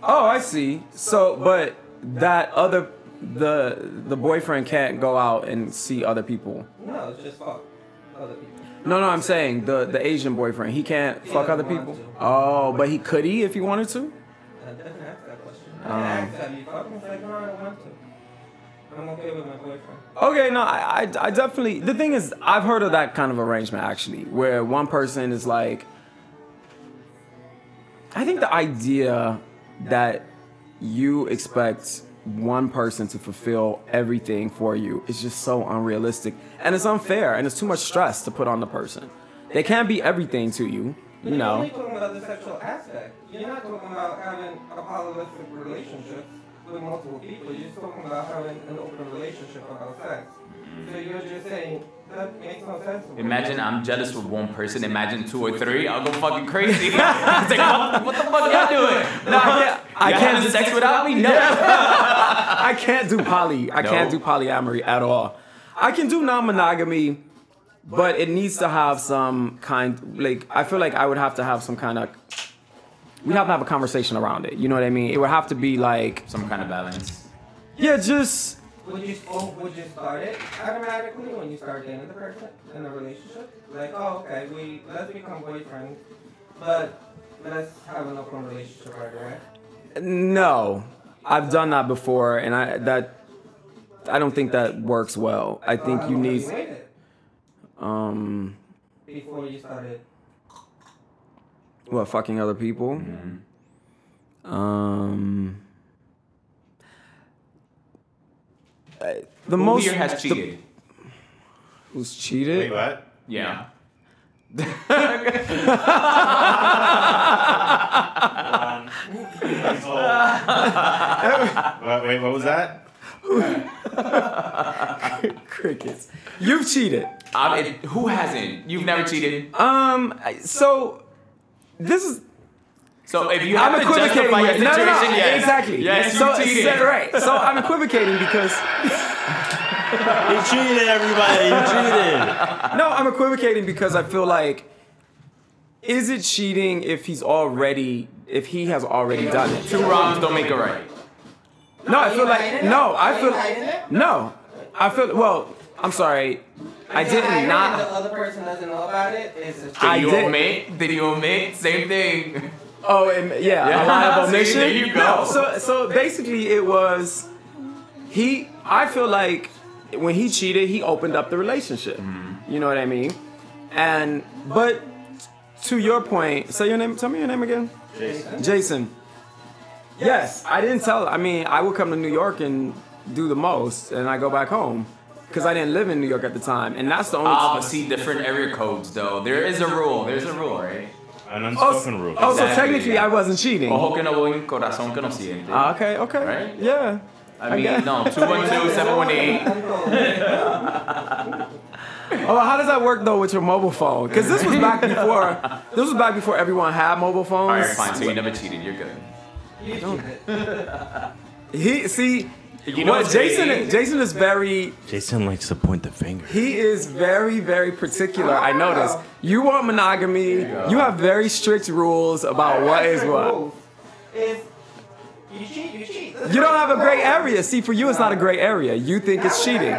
Speaker 1: Oh, I see. So, but that other the the boyfriend can't go out and see other people.
Speaker 4: No, it's just fuck other people.
Speaker 1: No, no, I'm saying the the Asian boyfriend he can't fuck other people. Oh, but he could he if he wanted to.
Speaker 4: I didn't ask that question.
Speaker 1: Um,
Speaker 4: I asked that you fuck him. It's like, no, I don't want to. I'm okay with my boyfriend.
Speaker 1: Okay, no, I, I, I definitely. The thing is, I've heard of that kind of arrangement actually, where one person is like. I think the idea that you expect one person to fulfill everything for you is just so unrealistic, and it's unfair, and it's too much stress to put on the person. They can't be everything to you, you
Speaker 4: You're
Speaker 1: know.
Speaker 4: only talking about the sexual aspect. You're not talking about having a polylistic relationship with multiple people. You're just talking about having an open relationship about sex. So you're just saying that makes no sense. to me.
Speaker 3: Imagine I'm jealous with one person. Imagine two or three. I'll go fucking crazy. (laughs) it's like, what, what the
Speaker 1: (laughs)
Speaker 3: fuck y'all doing?
Speaker 1: No, I can't. I
Speaker 3: Y'all
Speaker 1: can't
Speaker 3: having
Speaker 1: do
Speaker 3: sex without me? No.
Speaker 1: I can't do poly. I can't
Speaker 3: No.
Speaker 1: do polyamory at all. I can do non-monogamy, but it needs to have some kind. Like I feel like I would have to have some kind of. We'd have to have a conversation around it. You know what I mean? It would have to be like,
Speaker 3: Some kind of balance.
Speaker 1: yeah, just
Speaker 4: Would you oh, would you start it automatically when you start dating the person in a relationship? Like, oh, okay, we let's become boyfriends, but let's have an open relationship right away.
Speaker 1: no. I've done that before, and I that. I don't think that works well. I think
Speaker 4: How
Speaker 1: you
Speaker 4: long have
Speaker 1: need.
Speaker 4: waited
Speaker 1: Um,
Speaker 4: before you started.
Speaker 1: What fucking other people?
Speaker 3: Mm-hmm.
Speaker 1: Um. I- The
Speaker 3: Who
Speaker 1: most
Speaker 3: here has
Speaker 1: the-
Speaker 3: cheated?
Speaker 1: who's
Speaker 2: wait,
Speaker 1: cheated?
Speaker 2: what?
Speaker 3: yeah.
Speaker 2: Um, that's all. wait, wait, what was that?
Speaker 1: (laughs) Crickets. You've cheated.
Speaker 3: I mean, who hasn't? You've never cheated.
Speaker 1: Um. I- So this is
Speaker 3: So if you
Speaker 1: I'm
Speaker 3: have to
Speaker 1: equivocating.
Speaker 3: justify your
Speaker 1: here.
Speaker 3: situation,
Speaker 1: No, no, no.
Speaker 3: yes.
Speaker 1: Exactly.
Speaker 3: Yes,
Speaker 1: so,
Speaker 3: you cheated.
Speaker 1: so- right. So I'm equivocating because
Speaker 2: He cheated, everybody. He cheated.
Speaker 1: no, I'm equivocating because I feel like is it cheating if he's already if he has already done it?
Speaker 3: Two wrongs don't make a right.
Speaker 1: No, I
Speaker 4: Are
Speaker 1: feel
Speaker 4: you hiding
Speaker 1: like
Speaker 4: it?
Speaker 1: no, I
Speaker 4: Are
Speaker 1: feel
Speaker 4: you hiding it?
Speaker 1: no, I feel well. I'm sorry, I
Speaker 4: If you're hiding
Speaker 1: did
Speaker 4: it and The
Speaker 1: not.
Speaker 4: other person doesn't know about it. It's a
Speaker 3: Did
Speaker 1: I
Speaker 3: you
Speaker 1: did-
Speaker 3: omit? Did you omit? Same thing.
Speaker 1: Oh, and, yeah,
Speaker 3: Yeah.
Speaker 1: a lie of
Speaker 3: (laughs) See,
Speaker 1: omission.
Speaker 3: there you
Speaker 1: No,
Speaker 3: go.
Speaker 1: so so basically, it was he. I feel like when he cheated, he opened up the relationship.
Speaker 3: Mm-hmm.
Speaker 1: You know what I mean? And but to your point, say your name. Tell me your name again.
Speaker 2: Jason.
Speaker 1: Jason. Yes, I didn't tell. I mean, I would come to New York and do the most, and I go back home because I didn't live in New York at the time, and that's the only.
Speaker 3: Ah, but see, different area codes though. There is a rule. There's a rule, right?
Speaker 2: An
Speaker 1: also,
Speaker 2: unspoken rule.
Speaker 1: also
Speaker 3: Exactly,
Speaker 1: oh, technically,
Speaker 3: yeah.
Speaker 1: I wasn't cheating.
Speaker 3: Ojo que no voy, corazón que no siente.
Speaker 1: Ah, okay, okay,
Speaker 3: Right?
Speaker 1: yeah.
Speaker 3: I mean,
Speaker 1: guess.
Speaker 3: no, 212 718.
Speaker 1: Oh, how does that work though with your mobile phone? Because this was back before. this was back before everyone had mobile phones.
Speaker 3: Alright, fine, so you never cheated. You're good.
Speaker 1: He see.
Speaker 3: You know
Speaker 1: what,
Speaker 3: what's
Speaker 1: Jason?
Speaker 3: crazy?
Speaker 1: Jason is very.
Speaker 2: Jason likes to point the finger.
Speaker 1: He is very, very particular. I noticed. You want monogamy. You, have very strict rules about what is what.
Speaker 4: If you cheat, you cheat.
Speaker 1: You don't have a gray area. See, for you, it's not a gray area. You think it's cheating.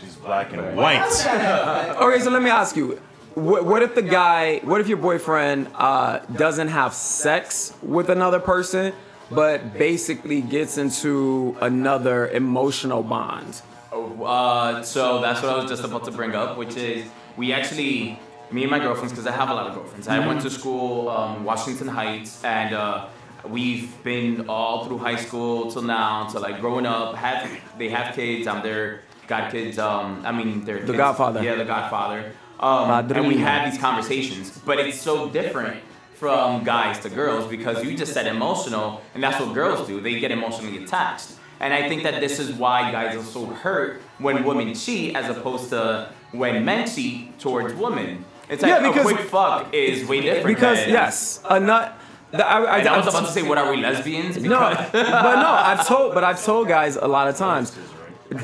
Speaker 2: She's black and white.
Speaker 1: Okay, so let me ask you. What, what if the guy, what if your boyfriend uh, doesn't have sex with another person, but basically gets into another emotional bond?
Speaker 3: Uh, so that's what I was just about to bring up, which is we actually, me and my girlfriends, because I have a lot of girlfriends. I went to school, um, Washington Heights, and uh, we've been all through high school till now, till like growing up. Have they have kids? I'm their god kids. Um, I mean, their the
Speaker 1: godfather.
Speaker 3: Yeah, the Godfather. Um, and we
Speaker 1: Padrino.
Speaker 3: have these conversations, but it's so different from guys to girls because you just said emotional, and that's what girls do. They get emotionally attached. And I think that this is why guys are so hurt when women cheat as opposed to when men cheat towards women. It's like
Speaker 1: Yeah,
Speaker 3: a
Speaker 1: because-
Speaker 3: quick fuck is way different.
Speaker 1: Because,
Speaker 3: than-
Speaker 1: yes, a nut. the- I, I,
Speaker 3: And I was about to say, what are we lesbians?
Speaker 1: (laughs) No,
Speaker 3: Because,
Speaker 1: but no, I've told, but I've told guys a lot of times,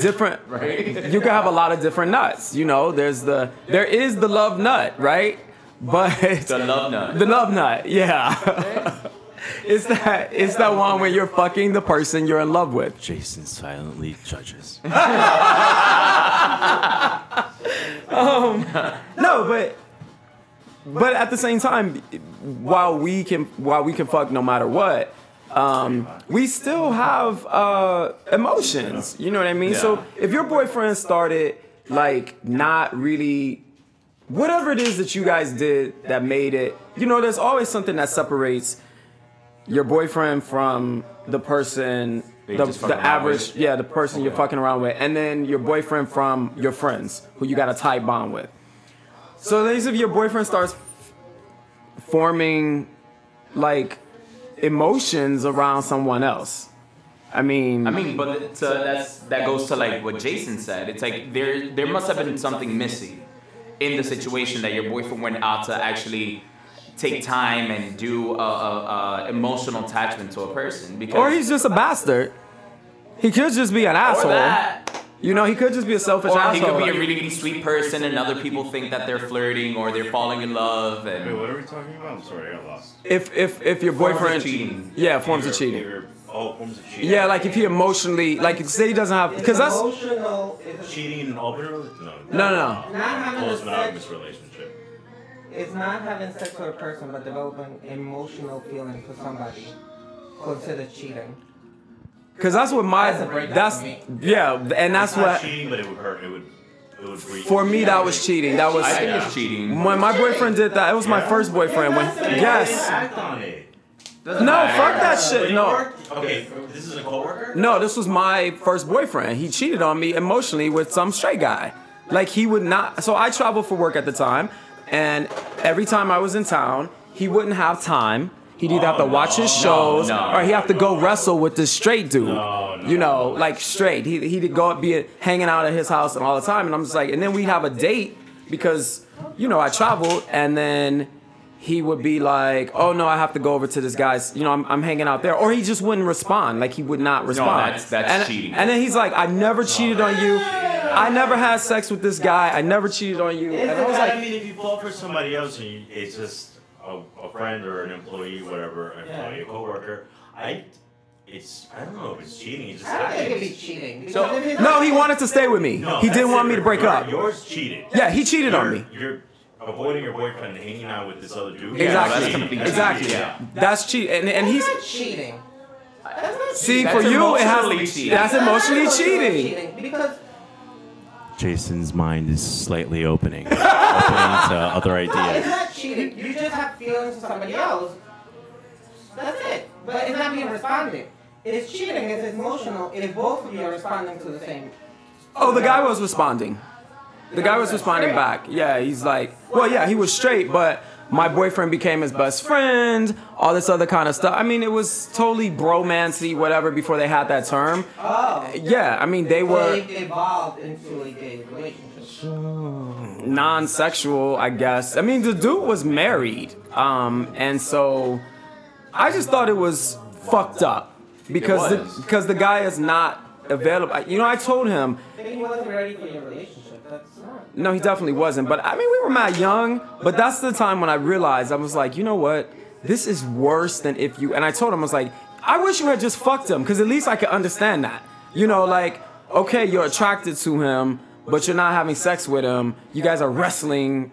Speaker 1: different.
Speaker 3: (laughs) right?
Speaker 1: You can have a lot of different nuts. You know, there's the there is the love nut, right? But
Speaker 3: The love nut.
Speaker 1: the love nut, yeah. It's that it's that one where you're fucking the person you're in love with.
Speaker 2: Jason silently judges.
Speaker 1: No, but but at the same time, while we can while we can fuck no matter what, um, we still have uh, emotions. You know what I mean? So if your boyfriend started like not really whatever it is that you guys did that made it, you know, there's always something that separates your boyfriend from the person the,
Speaker 3: just fuck
Speaker 1: the
Speaker 3: around
Speaker 1: average
Speaker 3: with.
Speaker 1: yeah the person you're fucking around with and then your boyfriend from your friends who you got a tight bond with so these if your boyfriend starts forming like emotions around someone else i mean
Speaker 3: I mean, but it's, uh, that's that goes to like what Jason said. It's like there there must have been something missing in the situation that your boyfriend went out to actually take time and do a, a, a emotional attachment to a person because
Speaker 1: or he's just a bastard he could just be an
Speaker 3: or
Speaker 1: asshole
Speaker 3: that
Speaker 1: you know he could just be a selfish
Speaker 3: or he
Speaker 1: asshole
Speaker 3: could be a really really sweet person and other people think that they're flirting or they're falling in love
Speaker 2: Wait,
Speaker 3: and
Speaker 2: what are we talking about? I'm sorry, I got lost.
Speaker 1: if if if your
Speaker 3: Forms of
Speaker 1: boyfriend
Speaker 3: cheating.
Speaker 1: yeah forms of
Speaker 2: Either-
Speaker 1: cheating
Speaker 2: either- Oh, forms of cheating.
Speaker 1: Yeah, like if he emotionally, like say he doesn't have, because that's no,
Speaker 4: emotional. It's, a,
Speaker 2: cheating in an open relationship. No,
Speaker 1: no, no.
Speaker 4: not having
Speaker 2: Close
Speaker 4: a
Speaker 2: monogamous
Speaker 4: sex-
Speaker 2: relationship.
Speaker 4: it's not having sex with a person, but developing emotional feeling for somebody. Considered cheating.
Speaker 1: Because that's what my,
Speaker 4: That's a breakdown
Speaker 1: that's
Speaker 4: for me.
Speaker 1: yeah, and that's
Speaker 2: It's not
Speaker 1: what
Speaker 2: cheating, but it would hurt. It would. It would breach.
Speaker 1: for me that was cheating. That was
Speaker 3: I think it's cheating.
Speaker 1: when my boyfriend did that. It was my
Speaker 2: Yeah.
Speaker 1: first boyfriend. When yes,
Speaker 2: Act on it.
Speaker 1: no, fuck that shit. No,
Speaker 2: Okay, this is a coworker.
Speaker 1: no, this was my first boyfriend. He cheated on me emotionally with some straight guy. Like he would not. So I traveled for work at the time, and every time I was in town, he wouldn't have time. He'd either have to
Speaker 2: Oh,
Speaker 1: watch his
Speaker 2: no,
Speaker 1: shows,
Speaker 3: no.
Speaker 1: or he'd have to go wrestle with this straight dude.
Speaker 2: No, no.
Speaker 1: you know, like straight. He he'd go up, be hanging out at his house and all the time, and I'm just like, and then we'd have a date because you know I traveled, and then he would be like, oh no, I have to go over to this guy's, you know, I'm, I'm hanging out there, or he just wouldn't respond, like he would not respond.
Speaker 3: that's- that's
Speaker 1: and,
Speaker 3: cheating.
Speaker 1: And then he's like, I never cheated on you. I never had sex with this guy. I never cheated on you. And I was
Speaker 2: I
Speaker 1: like,
Speaker 2: mean, if you fall for somebody else and you, it's just a, a friend or an employee, whatever, an employee, a coworker, I, it's I don't know if it's cheating. It just
Speaker 4: I think it'd be
Speaker 2: happens.
Speaker 4: cheating.
Speaker 3: So-
Speaker 4: because if it's
Speaker 1: no, he wanted to stay with me.
Speaker 2: No,
Speaker 1: he
Speaker 2: that's
Speaker 1: didn't want me to break
Speaker 2: different. Your-
Speaker 1: up.
Speaker 2: Yours cheated.
Speaker 1: Yeah, he cheated on
Speaker 2: You're-
Speaker 1: me.
Speaker 2: You're avoiding your boyfriend and hanging out with this other dude.
Speaker 3: Yeah,
Speaker 1: Exactly.
Speaker 3: that's
Speaker 2: cheating.
Speaker 3: complete-
Speaker 1: exactly.
Speaker 2: cheating.
Speaker 1: That's cheating. And, and
Speaker 4: That's
Speaker 1: he's
Speaker 4: not cheating. That's not
Speaker 1: see
Speaker 4: cheating.
Speaker 1: for
Speaker 3: That's
Speaker 1: you it has
Speaker 3: emotionally cheating.
Speaker 1: that's
Speaker 4: That's not
Speaker 1: emotionally
Speaker 4: emotional
Speaker 1: cheating.
Speaker 4: cheating because
Speaker 2: Jason's mind is slightly opening, (laughs) opening to other
Speaker 4: No, it's
Speaker 2: ideas.
Speaker 4: not cheating. You just have feelings for somebody else. That's it. But it's not being responded. It's cheating if it's emotional if both of you are responding to the same.
Speaker 1: Oh, the guy was responding. The guy was responding
Speaker 4: Straight.
Speaker 1: back. Yeah, he's like, well, yeah, he was straight, but my boyfriend became his best friend, all this other kind of stuff. I mean, it was totally bromancy, whatever, before they had that term.
Speaker 4: Oh.
Speaker 1: Yeah, I mean, they
Speaker 4: So
Speaker 1: were
Speaker 4: it evolved into a gay relationship.
Speaker 1: non sexual, I guess. I mean, the dude was married. Um, and so I just thought it was fucked up because
Speaker 3: was.
Speaker 1: the, because the guy is not available. You know, I told him,
Speaker 4: Then you wasn't ready for your relationship. That's not.
Speaker 1: No, he definitely wasn't. But I mean, we were mad young. But that's the time when I realized I was like, you know what? This is worse than if you. And I told him, I was like, I wish you had just fucked him, because at least I could understand that. You know, like, okay, you're attracted to him, but you're not having sex with him. You guys are wrestling.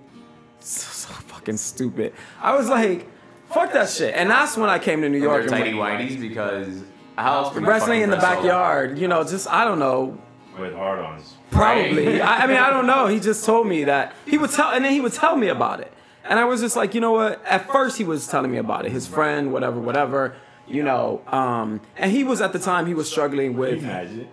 Speaker 1: So, so fucking stupid. I was like, fuck that shit. And that's when I came to New York.
Speaker 3: They're
Speaker 1: and
Speaker 3: tidy
Speaker 1: went-
Speaker 3: whities because how else can you
Speaker 1: wrestling
Speaker 3: fucking
Speaker 1: in the
Speaker 3: wrestle?
Speaker 1: backyard. You know, just I don't know.
Speaker 2: With hard-ons.
Speaker 1: Probably.
Speaker 3: Right.
Speaker 1: I, I mean, I don't know. He just told me that he would tell, and then he would tell me about it. And I was just like, you know what? At first, he was telling me about it. His friend, whatever, whatever. You know, um, and he was at the time he was struggling with.
Speaker 2: Imagine.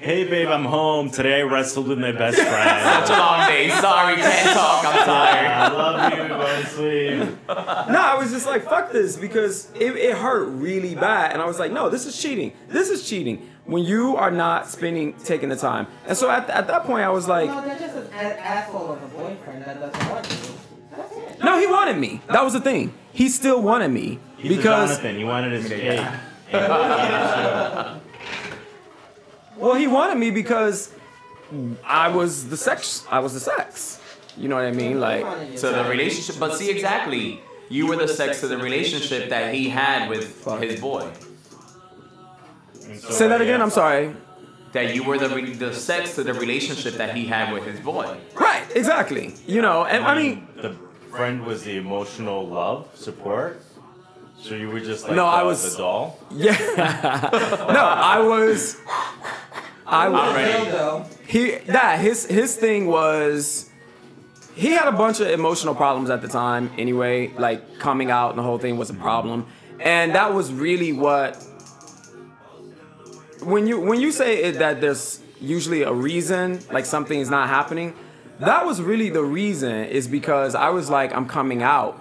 Speaker 2: Hey babe, I'm home. Today I wrestled with my best friend.
Speaker 3: Such a long day. Sorry, can't talk.
Speaker 1: (laughs)
Speaker 3: I'm
Speaker 2: (laughs)
Speaker 3: tired.
Speaker 2: I love you. Go to sleep.
Speaker 1: No, I was just like, fuck this, because it, it hurt really bad. And I was like, no, this is cheating. This is cheating when you are not spending taking the time. And so at, at that point, I was like,
Speaker 4: No, that's just an a- asshole of a boyfriend that doesn't want you. That's it.
Speaker 1: no, he wanted me. That was the thing. He still wanted me
Speaker 2: He's a
Speaker 1: because
Speaker 2: Jonathan, he wanted his cake.
Speaker 1: Well, he wanted me because I was the sex. I was the sex. You know what I mean? Like,
Speaker 3: So the relationship, but see exactly, you were the sex of the relationship that he had with
Speaker 1: Fuck.
Speaker 3: his boy.
Speaker 2: And so,
Speaker 1: say that
Speaker 2: yeah.
Speaker 1: again. I'm sorry.
Speaker 3: That you were the re- the sex to the relationship that he had with his boy.
Speaker 1: Right. Exactly. You know. And I mean,
Speaker 2: the friend was the emotional love support. So you were just like
Speaker 1: No,
Speaker 2: the,
Speaker 1: I was-
Speaker 2: the doll.
Speaker 1: yeah. no, I was. I was.
Speaker 3: Alright. Ready.
Speaker 4: Dildo.
Speaker 1: he that his his thing was he had a bunch of emotional problems at the time anyway like coming out and the whole thing was a problem and that was really what when you when you say it, that there's usually a reason like something is not happening that was really the reason is because i was like i'm coming out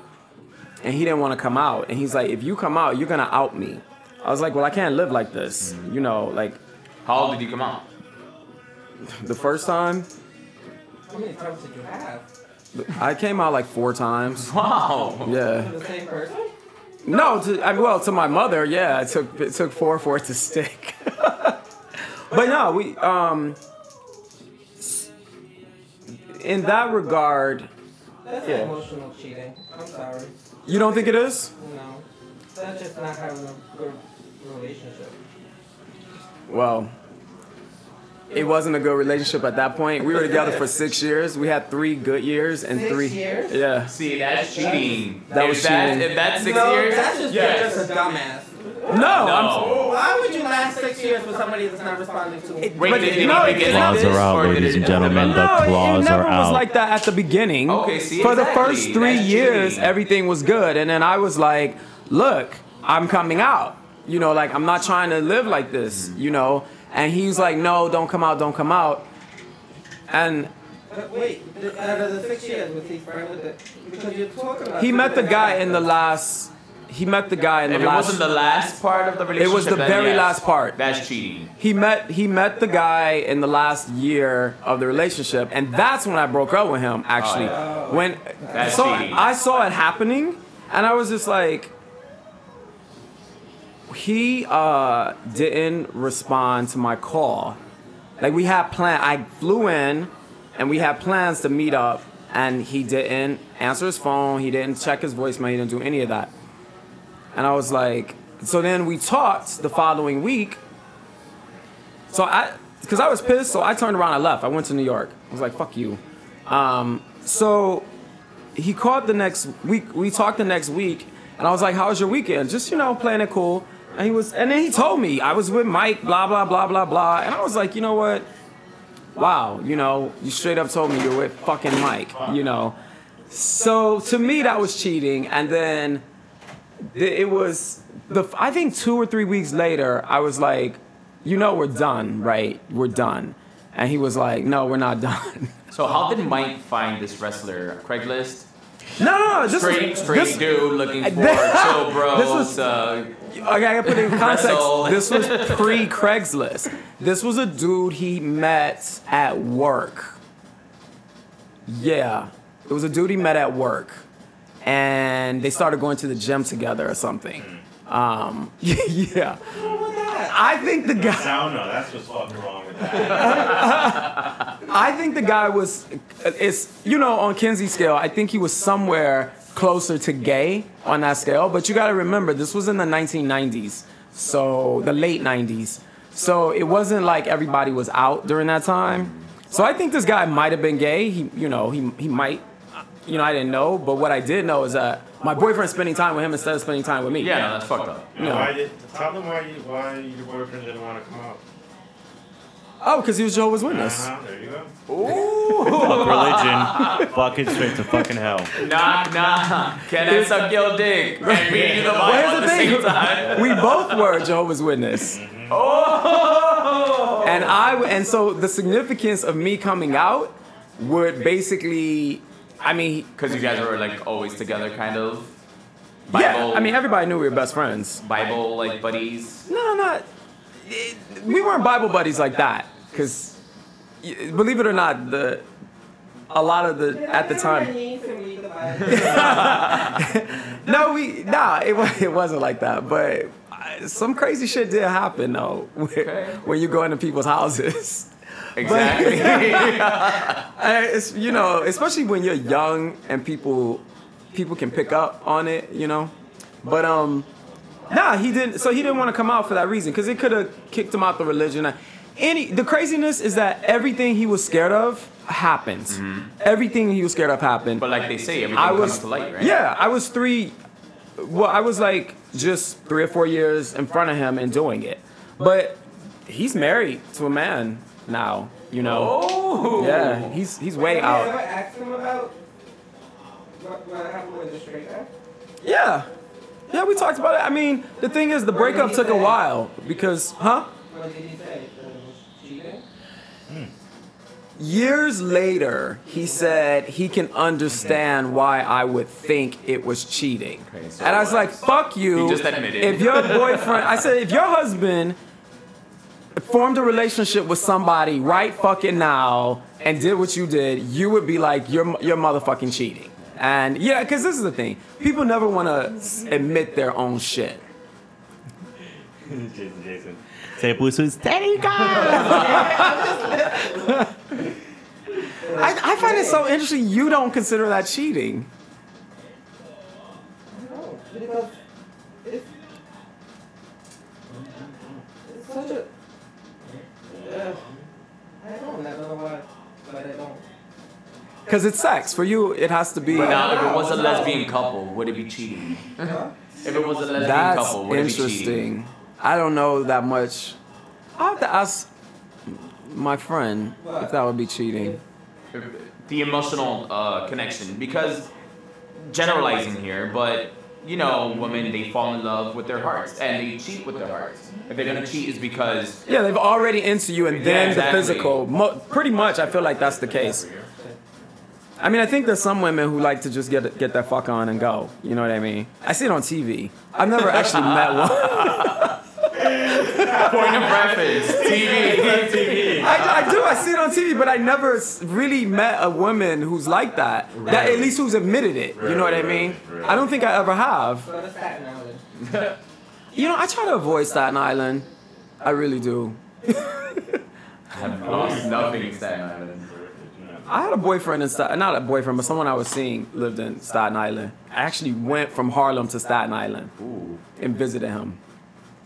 Speaker 1: and he didn't want to come out and he's like if you come out you're gonna out me i was like well i can't live like this you know like
Speaker 3: How old did you come out? (laughs)
Speaker 1: the first time
Speaker 4: How many times did you have?
Speaker 1: I came out like four times.
Speaker 3: Wow.
Speaker 1: Yeah.
Speaker 4: The same person?
Speaker 1: No, to, I mean, well, to my mother, yeah, it took it took four for it to stick. (laughs) but no, we um s- in that regard,
Speaker 4: That's
Speaker 1: Yeah.
Speaker 4: emotional cheating. I'm sorry.
Speaker 1: you don't think it is?
Speaker 4: No. That's just not having a good relationship.
Speaker 1: Well, it wasn't a good relationship at that point. We were together for six years. We had three good years and
Speaker 4: Six
Speaker 1: three.
Speaker 4: years?
Speaker 1: Yeah.
Speaker 3: See, that's cheating.
Speaker 1: That was
Speaker 3: if that,
Speaker 1: cheating.
Speaker 3: If that's six
Speaker 4: no,
Speaker 3: years,
Speaker 4: That's just,
Speaker 3: yes.
Speaker 4: you're just a dumbass.
Speaker 1: No. I'm,
Speaker 3: no.
Speaker 4: Why would you last six years with somebody that's not responding to
Speaker 1: It-
Speaker 3: Wait,
Speaker 1: But
Speaker 3: did, did
Speaker 1: no,
Speaker 3: he
Speaker 1: it-
Speaker 3: begin
Speaker 1: Claws
Speaker 3: like this,
Speaker 1: are
Speaker 2: out,
Speaker 3: or did
Speaker 2: ladies
Speaker 3: it
Speaker 2: and gentlemen.
Speaker 3: develop?
Speaker 2: The
Speaker 1: no, it, it
Speaker 2: claws
Speaker 1: never
Speaker 2: are
Speaker 1: was
Speaker 2: out.
Speaker 1: like that at the beginning.
Speaker 3: Okay, see,
Speaker 1: for the
Speaker 3: exactly.
Speaker 1: first three
Speaker 3: That's
Speaker 1: years,
Speaker 3: cheating.
Speaker 1: everything was good, and then I was like, "Look, I'm coming out. You know, like I'm not trying to live like this. You know." And he's like, "No, don't come out, don't come out." And
Speaker 4: But wait, the, out of the six years was he friend with it? Because you're talking about
Speaker 1: he met the guy in the
Speaker 4: last.
Speaker 1: last. He met the guy in the
Speaker 3: If it
Speaker 1: last.
Speaker 3: wasn't the last part of the relationship,
Speaker 1: was the
Speaker 3: then
Speaker 1: very
Speaker 3: yes,
Speaker 1: last part.
Speaker 3: That's cheating.
Speaker 1: he met he met the guy in the last year of the relationship, and that's when I broke up with him. Actually, when
Speaker 3: That's
Speaker 1: so
Speaker 3: cheating.
Speaker 1: I saw it happening, and I was just like, he uh, didn't respond to my call. Like we had plan. I flew in, and we had plans to meet up, and he didn't answer his phone. He didn't check his voicemail. He didn't do any of that. And I was like, so then we talked the following week. So I, because I was pissed, so I turned around and left. I went to New York. I was like, fuck you. Um, so he called the next week. We talked the next week, and I was like, how was your weekend? Just, you know, playing it cool. And he was, and then he told me I was with Mike, blah, blah, blah, blah, blah. And I was like, you know what? wow, you know, you straight up told me you're with fucking Mike, you know. So to me, that was cheating. And then th- it was, the I think two or three weeks later, I was like, you know, we're done, right? We're done. And he was like, no, we're not (laughs) done.
Speaker 3: So how did Mike find this wrestler? Craigslist?
Speaker 1: no, no, no. This
Speaker 3: Straight,
Speaker 1: was,
Speaker 3: straight
Speaker 1: this,
Speaker 3: dude (laughs) looking for
Speaker 1: This-
Speaker 3: chill bro.
Speaker 1: this was-
Speaker 3: uh,
Speaker 1: Okay, I gotta
Speaker 3: (laughs)
Speaker 1: put it in context.
Speaker 3: Wrestle.
Speaker 1: this was pre Craigslist. This was a dude he met at work. Yeah, it was a dude he met at work, and they started going to the gym together or something.
Speaker 3: Mm.
Speaker 1: Um, (laughs) yeah, I think the guy.
Speaker 2: Sauna, that's what's fucking wrong
Speaker 1: (laughs)
Speaker 2: with that.
Speaker 1: I think the guy was, it's you know, on Kinsey scale, I think he was somewhere closer to gay on that scale. But you got to remember, this was in the 1990s, so the late 90s. So it wasn't like everybody was out during that time. So I think this guy might have been gay. He, you know, he he might, you know, I didn't know. But what I did know is that my boyfriend spending time with him instead of spending time with me.
Speaker 3: yeah, no, that's fucked up.
Speaker 1: No.
Speaker 2: Why did, tell them why, you, why your boyfriend didn't want to come out.
Speaker 1: Oh, because he was Jehovah's Witness.
Speaker 2: Uh-huh, there you go.
Speaker 1: Ooh.
Speaker 2: Fuck religion. fucking straight to fucking hell.
Speaker 3: Nah, nah. Can I suck your dick? And beat you (laughs) the
Speaker 1: Well,
Speaker 3: Bible
Speaker 1: here's
Speaker 3: at
Speaker 1: the
Speaker 3: the same
Speaker 1: thing.
Speaker 3: (laughs) time.
Speaker 1: we both were Jehovah's Witness.
Speaker 3: Oh!
Speaker 1: and I and so the significance of me coming out would basically, I mean,
Speaker 3: Because you guys were like always together, kind of.
Speaker 1: yeah, I mean everybody knew we were best friends.
Speaker 3: Bible like buddies.
Speaker 1: No, no, it, we weren't Bible buddies like that. Because believe it or not, the a lot of the at the time, no, we nah, it wa- it wasn't like that, but. I- Some crazy shit did happen though (laughs) when you go into people's houses. (laughs)
Speaker 3: Exactly.
Speaker 1: I, it's you know, especially when you're young and people people can pick up on it, you know. But um, nah, he didn't. So he didn't want to come out for that reason because it could have kicked him out the religion. Any the craziness is that everything he was scared of happened. Everything he was scared of happened.
Speaker 3: but like they say, everything
Speaker 1: I was
Speaker 3: comes to light, right?
Speaker 1: yeah, I was three. Well, I was like just three or four years in front of him and doing it. But he's married to a man now, you know.
Speaker 3: Oh!
Speaker 1: Yeah, he's he's way out.
Speaker 4: Have you ever asked him about what, what happened with the straight guy?
Speaker 1: Yeah. Yeah, we talked about it. I mean, the thing is, the breakup took a while because, huh?
Speaker 4: What did he say? That it was cheating?
Speaker 1: Years later, he said he can understand why I would think it was cheating.
Speaker 3: Okay, so
Speaker 1: And I was
Speaker 3: what?
Speaker 1: like, fuck you.
Speaker 3: He just admitted.
Speaker 1: If
Speaker 3: (laughs)
Speaker 1: your boyfriend, I said, if your husband formed a relationship with somebody right fucking now and did what you did, you would be like, you're, you're motherfucking cheating. And yeah, because this is the thing people never want to admit their own shit.
Speaker 2: Jason, Jason. Say Bluetooth. Daddy
Speaker 1: I, I find it so interesting you don't consider that cheating.
Speaker 4: No, because it's, it's such a. Uh, I don't know why, but I don't.
Speaker 1: Because it's sex. For you, it has to be.
Speaker 3: But now, if it was a lesbian couple, would it be cheating? if it was a lesbian
Speaker 1: That's
Speaker 3: couple, would it be cheating?
Speaker 1: interesting. I don't know that much. I'll have to ask my friend if that would be cheating.
Speaker 3: The emotional uh, connection, because generalizing here, but you know, women they fall in love with their hearts and they cheat with their hearts. If they're gonna cheat, is because
Speaker 1: Yeah, they've already into you and then
Speaker 3: Yeah, exactly.
Speaker 1: the physical. Mo- pretty much, I feel like that's the case. I mean, I think there's some women who like to just get get their fuck on and go. You know what I mean? I see it on TV. I've never actually
Speaker 3: (laughs)
Speaker 1: met one.
Speaker 3: point of reference
Speaker 1: (laughs)
Speaker 3: TV.
Speaker 1: I, I do. I see it on TV, but I never s- really met a woman who's like that. That at least who's admitted it. You know what I mean?
Speaker 2: Right.
Speaker 1: I don't think I ever have.
Speaker 4: Go to Staten Island.
Speaker 1: You know, I try to avoid Staten Island. I really do.
Speaker 3: I've lost nothing in Staten Island.
Speaker 1: I had a boyfriend in Staten, not a boyfriend, but someone I was seeing lived in Staten Island. I actually went from Harlem to Staten Island
Speaker 3: Ooh,
Speaker 1: and visited him.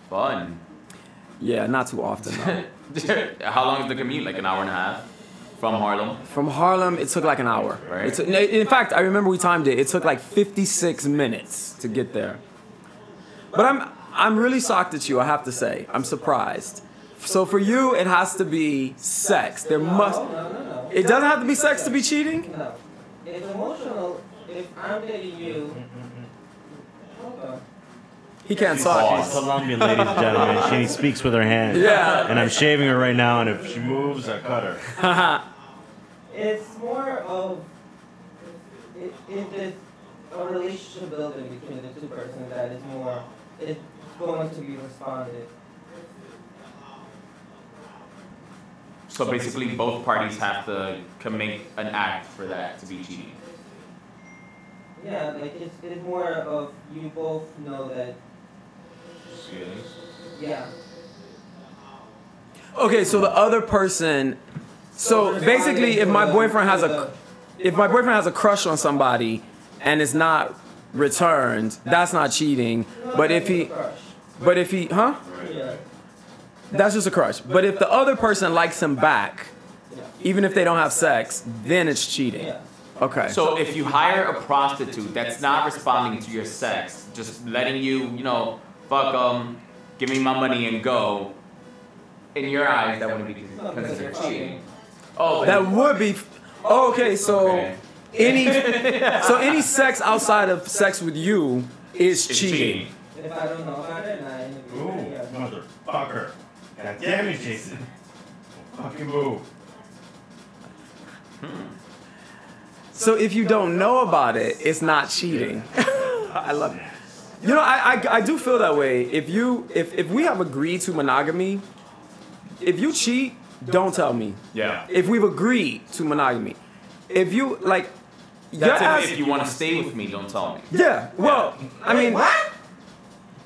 Speaker 3: fun. (laughs)
Speaker 1: Yeah, not too often. Though.
Speaker 3: How long is the commute? Like an hour and a half from Harlem.
Speaker 1: From Harlem, it took like an hour.
Speaker 3: Right.
Speaker 1: It took, in fact, I remember we timed it. It took like 56 minutes to get there. But I'm I'm really shocked at you. I have to say, I'm surprised. So for you, it has to be sex. There must.
Speaker 4: No, no, no, no.
Speaker 1: It doesn't have to be sex to be cheating.
Speaker 4: No. If emotional, if I'm dating you, hold on.
Speaker 1: He can't
Speaker 2: She's
Speaker 1: talk.
Speaker 2: Colombian, ladies and gentlemen. She speaks with her hand.
Speaker 1: Yeah.
Speaker 2: And I'm shaving her right now, and if she moves, I cut her.
Speaker 4: It's more of if, if there's a relationship building between the two persons that is more, it's going to be responded.
Speaker 3: So basically, both parties have to commit an act for that to be cheating.
Speaker 4: Yeah, like it's, it's more of you both know that, yeah.
Speaker 1: Okay, so the other person. So basically, if my boyfriend has a, if my boyfriend has a crush on somebody, and it's not returned, that's not cheating. But if he,
Speaker 4: Crush.
Speaker 1: but if he, huh?
Speaker 4: Yeah.
Speaker 1: That's just a crush. But if the other person likes him back, even if they don't have sex, then it's cheating.
Speaker 4: Yeah.
Speaker 1: Okay.
Speaker 3: So if you hire a prostitute that's not responding to your sex, just letting you, you know, fuck um, give me my money and go. In your eyes, that wouldn't be
Speaker 4: No,
Speaker 3: con-
Speaker 4: because you're
Speaker 3: considered cheating.
Speaker 4: cheating.
Speaker 3: Oh,
Speaker 1: that would be. Okay, so
Speaker 3: okay.
Speaker 1: any so any sex outside of sex with you is
Speaker 3: It's
Speaker 1: cheating.
Speaker 4: If I don't know about it, and I interview
Speaker 2: Ooh,
Speaker 4: you, yeah.
Speaker 2: motherfucker. God damn it, Jason. Fucking move.
Speaker 1: So if you don't know about it, it's not cheating. (laughs) I love it. You know, I, I I do feel that way. If you if if we have agreed to monogamy, if you cheat, don't tell me.
Speaker 3: Yeah.
Speaker 1: If we've agreed to monogamy, if you like, your
Speaker 3: That's
Speaker 1: ass-
Speaker 3: if, if you want to stay with me, don't tell me.
Speaker 1: Yeah. Well, I mean,
Speaker 4: What?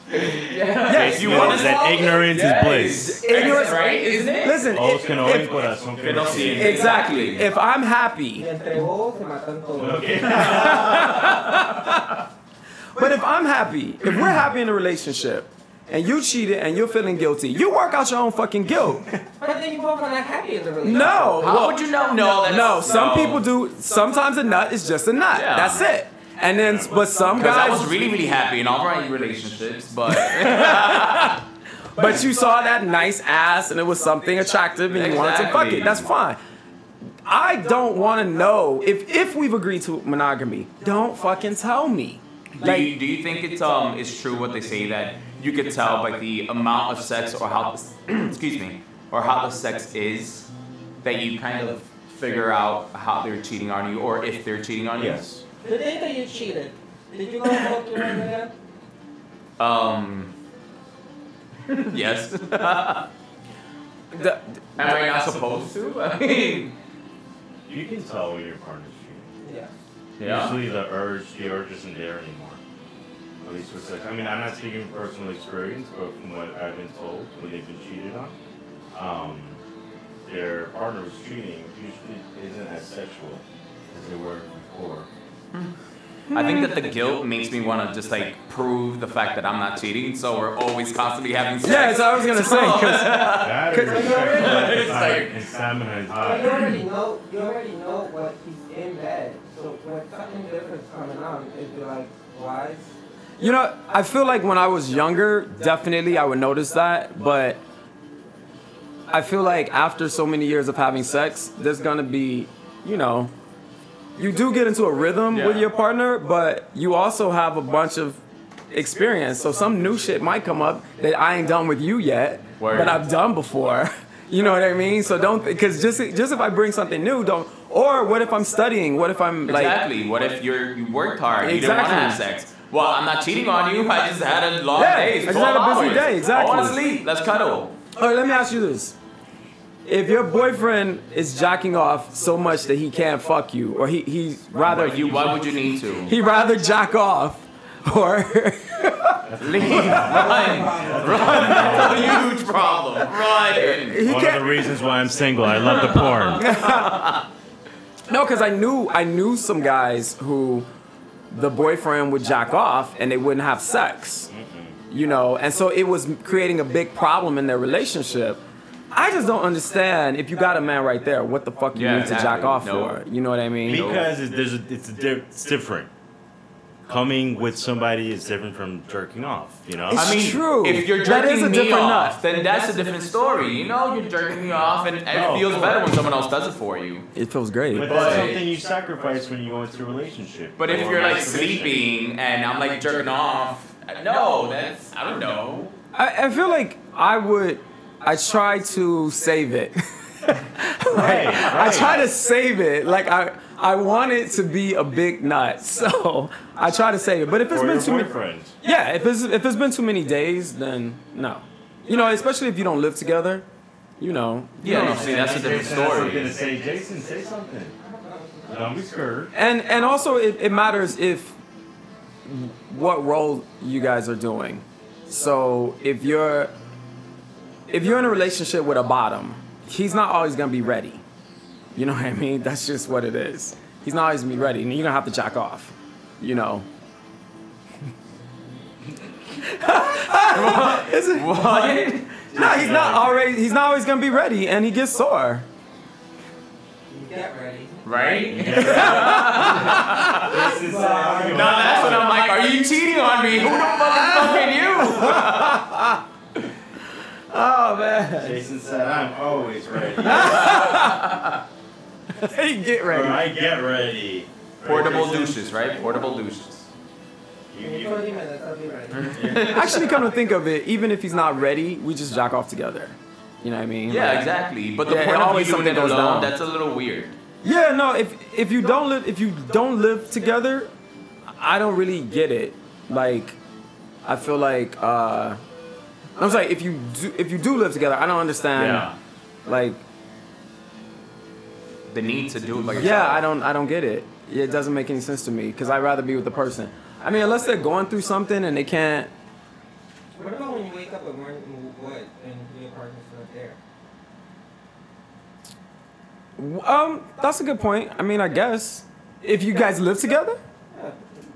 Speaker 1: yes.
Speaker 3: If you want to
Speaker 2: that ignorance is bliss.
Speaker 1: ignorance,
Speaker 3: right? Isn't it?
Speaker 1: Listen.
Speaker 2: Os
Speaker 1: if-
Speaker 2: que no
Speaker 1: if-
Speaker 2: ven corazón que no siente.
Speaker 1: exactly. If I'm happy,
Speaker 4: Entre vos y matan todos.
Speaker 2: Okay.
Speaker 1: but if I'm happy, if we're happy in a relationship, and you cheated and you're feeling guilty, you work out your own fucking guilt.
Speaker 4: But then you both are not happy in the relationship.
Speaker 1: No.
Speaker 3: How would you know? No, that's-
Speaker 1: No. Some
Speaker 3: no.
Speaker 1: people do. Sometimes a nut is just a nut.
Speaker 3: Yeah.
Speaker 1: That's it. And then, but some
Speaker 3: Because I was
Speaker 1: guys,
Speaker 3: really, really happy in all my relationships, but
Speaker 1: but you saw that nice ass and it was something attractive and you wanted to fuck
Speaker 3: Exactly.
Speaker 1: it. That's fine. I don't want to know if if we've agreed to monogamy. Don't fucking tell me.
Speaker 3: do, you, do you think it's um it's true what they say that you could tell by the amount of sex or how (clears throat) excuse me or how the sex is that you kind of figure out how they're cheating on you or if they're cheating on you?
Speaker 2: yes.
Speaker 4: The day that you cheated, did you go home to one again?
Speaker 3: Um. (laughs) yes. (laughs) Am
Speaker 1: The-
Speaker 3: I not supposed to? (laughs) I mean.
Speaker 2: You can tell when your partner's cheating.
Speaker 4: Yeah.
Speaker 3: Yeah.
Speaker 2: Usually the urge, the urge isn't there anymore. At least with sex. I mean, I'm not speaking from personal experience, but from what I've been told, when they've been cheated on, um, their partner was cheating usually isn't as sexual as they were
Speaker 3: (laughs)
Speaker 2: before.
Speaker 3: I think that the guilt makes me want to just like prove the fact that I'm not cheating, so we're always constantly having sex.
Speaker 1: yeah, so I was gonna say 'cause-
Speaker 2: That is
Speaker 1: Cause-
Speaker 3: (laughs)
Speaker 2: sexual appetite
Speaker 3: like-
Speaker 2: and stamina is
Speaker 4: But you
Speaker 2: high.
Speaker 4: already know you already know what he's in bed. So when something different's coming on, it'd be like, why?
Speaker 1: you know, I feel like when I was younger, definitely I would notice that, but I feel like after so many years of having sex, there's gonna be, you know, you do get into a rhythm with
Speaker 3: Yeah.
Speaker 1: your partner, but you also have a bunch of experience. So some new shit might come up that I ain't done with you yet,
Speaker 3: Word.
Speaker 1: but I've done before. (laughs) You know what I mean? So don't, because just just if I bring something new, don't. Or what if I'm studying? What if I'm like?
Speaker 3: Exactly. What if you're you worked hard? You didn't want to have
Speaker 1: Exactly.
Speaker 3: sex. Well, I'm not cheating on you. I just had a long
Speaker 1: Yeah,
Speaker 3: day.
Speaker 1: I just
Speaker 3: 12
Speaker 1: had a busy
Speaker 3: hours.
Speaker 1: day, exactly.
Speaker 3: I want to sleep. Let's cuddle.
Speaker 1: All right, let me ask you this. If your boyfriend is jacking off so much that he can't fuck you, or he, he's rather
Speaker 3: But you, why would you
Speaker 1: (laughs)
Speaker 3: need to?
Speaker 1: he rather jack off, or (laughs)
Speaker 3: Leave. Run. Run. That's a huge problem. Run.
Speaker 1: he
Speaker 2: One of the
Speaker 1: can't.
Speaker 2: reasons why I'm single, I love
Speaker 1: (laughs)
Speaker 2: the porn.
Speaker 1: No, because I knew I knew some guys who the boyfriend would jack off and they wouldn't have sex, you know, and so it was creating a big problem in their relationship. I just don't understand if you got a man right there, what the fuck you
Speaker 3: Yeah,
Speaker 1: need to jack
Speaker 3: exactly.
Speaker 1: off
Speaker 3: No.
Speaker 1: for? You know what I mean?
Speaker 2: Because it, there's a, it's, a, di- it's different. coming with somebody is different from jerking off. You know.
Speaker 1: It's
Speaker 3: I mean,
Speaker 1: true.
Speaker 3: if you're
Speaker 1: That
Speaker 3: jerking
Speaker 1: is a
Speaker 3: me
Speaker 1: different
Speaker 3: off,
Speaker 1: nut.
Speaker 3: then that's a different story. You know, you're jerking me off, and
Speaker 2: No,
Speaker 1: Oh.
Speaker 3: it feels
Speaker 2: of
Speaker 3: better
Speaker 2: course.
Speaker 3: when someone else does it for you.
Speaker 1: It feels great.
Speaker 2: But
Speaker 3: But-
Speaker 2: that's something you sacrifice when you go into a relationship.
Speaker 3: But if
Speaker 2: or
Speaker 3: you're like
Speaker 2: masturbation.
Speaker 3: sleeping and I'm like jerking off, no, that's I don't know.
Speaker 1: I, I feel like I would. I try to save it.
Speaker 2: right,
Speaker 1: I
Speaker 2: right.
Speaker 1: try to save it. Like I, I want it to be a big nut, (laughs) so I try to save it. But if it's
Speaker 2: Or
Speaker 1: been
Speaker 2: your
Speaker 1: too many,
Speaker 2: boyfriend.
Speaker 1: yeah, if it's if it's been too many days, then no. You know, especially if you don't live together. You know. you
Speaker 3: Yeah,
Speaker 1: don't know.
Speaker 3: see, that's a different
Speaker 2: Jason has something
Speaker 3: story.
Speaker 2: to say. Jason, say something. Don't be scared.
Speaker 1: And and also it, it matters if what role you guys are doing. So if you're if you're in a relationship with a bottom, he's not always gonna be ready. You know what I mean? That's just what it is. He's not always gonna be ready, and you're gonna have to jack off. You know. Is it- No, he's not already. He's not always gonna be ready, and he gets sore.
Speaker 4: Get ready.
Speaker 3: Right?
Speaker 2: This is uh,
Speaker 3: Now that's when I'm like, are you cheating on me? Who the fuck is fucking you?
Speaker 1: Oh man,
Speaker 2: Jason said, I'm always ready.
Speaker 1: hey, get
Speaker 2: Or
Speaker 1: ready.
Speaker 2: I get ready. Right,
Speaker 3: Portable
Speaker 2: Jason?
Speaker 3: douches, right? Portable douches.
Speaker 2: You-
Speaker 4: In
Speaker 2: you-
Speaker 4: 20 minutes, I'll be ready.
Speaker 1: Actually, come to think of it, even if he's not ready, we just jack off together. You know what I mean?
Speaker 3: Yeah,
Speaker 1: Like-
Speaker 3: exactly. But the
Speaker 1: Yeah,
Speaker 3: point of
Speaker 1: always
Speaker 3: you doing
Speaker 1: something
Speaker 3: it
Speaker 1: goes
Speaker 3: alone,
Speaker 1: down.
Speaker 3: that's a little weird.
Speaker 1: Yeah, no. If if you don't live if you don't live together, I don't really get it. Like, I feel like uh, I'm sorry. If you do if you do live together, I don't understand.
Speaker 3: Yeah.
Speaker 1: Like,
Speaker 3: The need to do it by yourself.
Speaker 1: yeah, I don't I don't get it. It doesn't make any sense to me because I'd rather be with the person. I mean, unless they're going through something and they can't.
Speaker 4: What about when you wake up at morning wood and your partner's not there?
Speaker 1: Um, that's a good point. I mean, I guess if you guys live together.
Speaker 4: Yeah,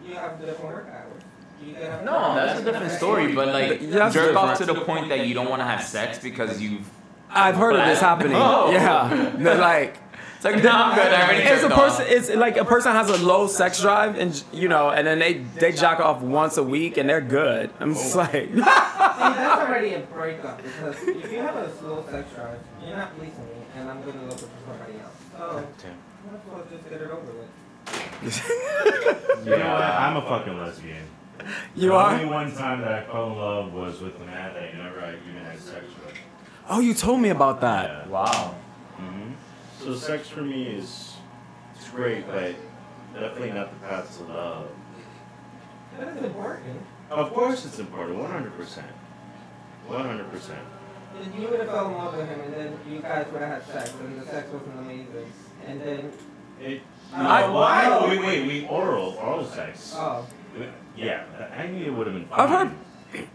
Speaker 4: you have different work hours. You get up-
Speaker 3: No, Oh, that's a different story. But like,
Speaker 1: Yeah, that's
Speaker 3: jerk off to
Speaker 1: different.
Speaker 3: the point that you don't want to have sex because you've.
Speaker 1: I've heard of this
Speaker 3: But I-
Speaker 1: happening.
Speaker 3: No.
Speaker 1: Yeah, they're like
Speaker 3: It's like, no, I'm good. I already
Speaker 1: it's a
Speaker 3: jerked off."
Speaker 1: person. It's like a person has a low sex drive, and you know, and then they they jock off once a week, and they're good. I'm
Speaker 3: Oh.
Speaker 1: just like, (laughs)
Speaker 4: See, that's already a breakup because if you have a slow sex drive, you're not pleasing me, and I'm gonna look for somebody else. So, might as well just get it over with.
Speaker 2: You know what? I'm a fucking lesbian.
Speaker 1: you
Speaker 2: the
Speaker 1: are.
Speaker 2: only one time that I fell in love was with a man that I never even had sex with.
Speaker 1: Oh, you told me about that.
Speaker 2: Yeah.
Speaker 3: Wow.
Speaker 2: hmm So sex for me is it's great, but definitely not the path to love.
Speaker 4: That is important.
Speaker 2: Of course, it's important. One hundred percent. One hundred percent.
Speaker 4: If you would have fell in love with him, and then you guys would have had sex, and the sex wasn't amazing, and then
Speaker 2: It.
Speaker 4: I-
Speaker 2: no, why? No, wait, wait. We oral, oral sex.
Speaker 4: oh,
Speaker 2: Yeah, I knew it would have been. Fine.
Speaker 1: I've heard-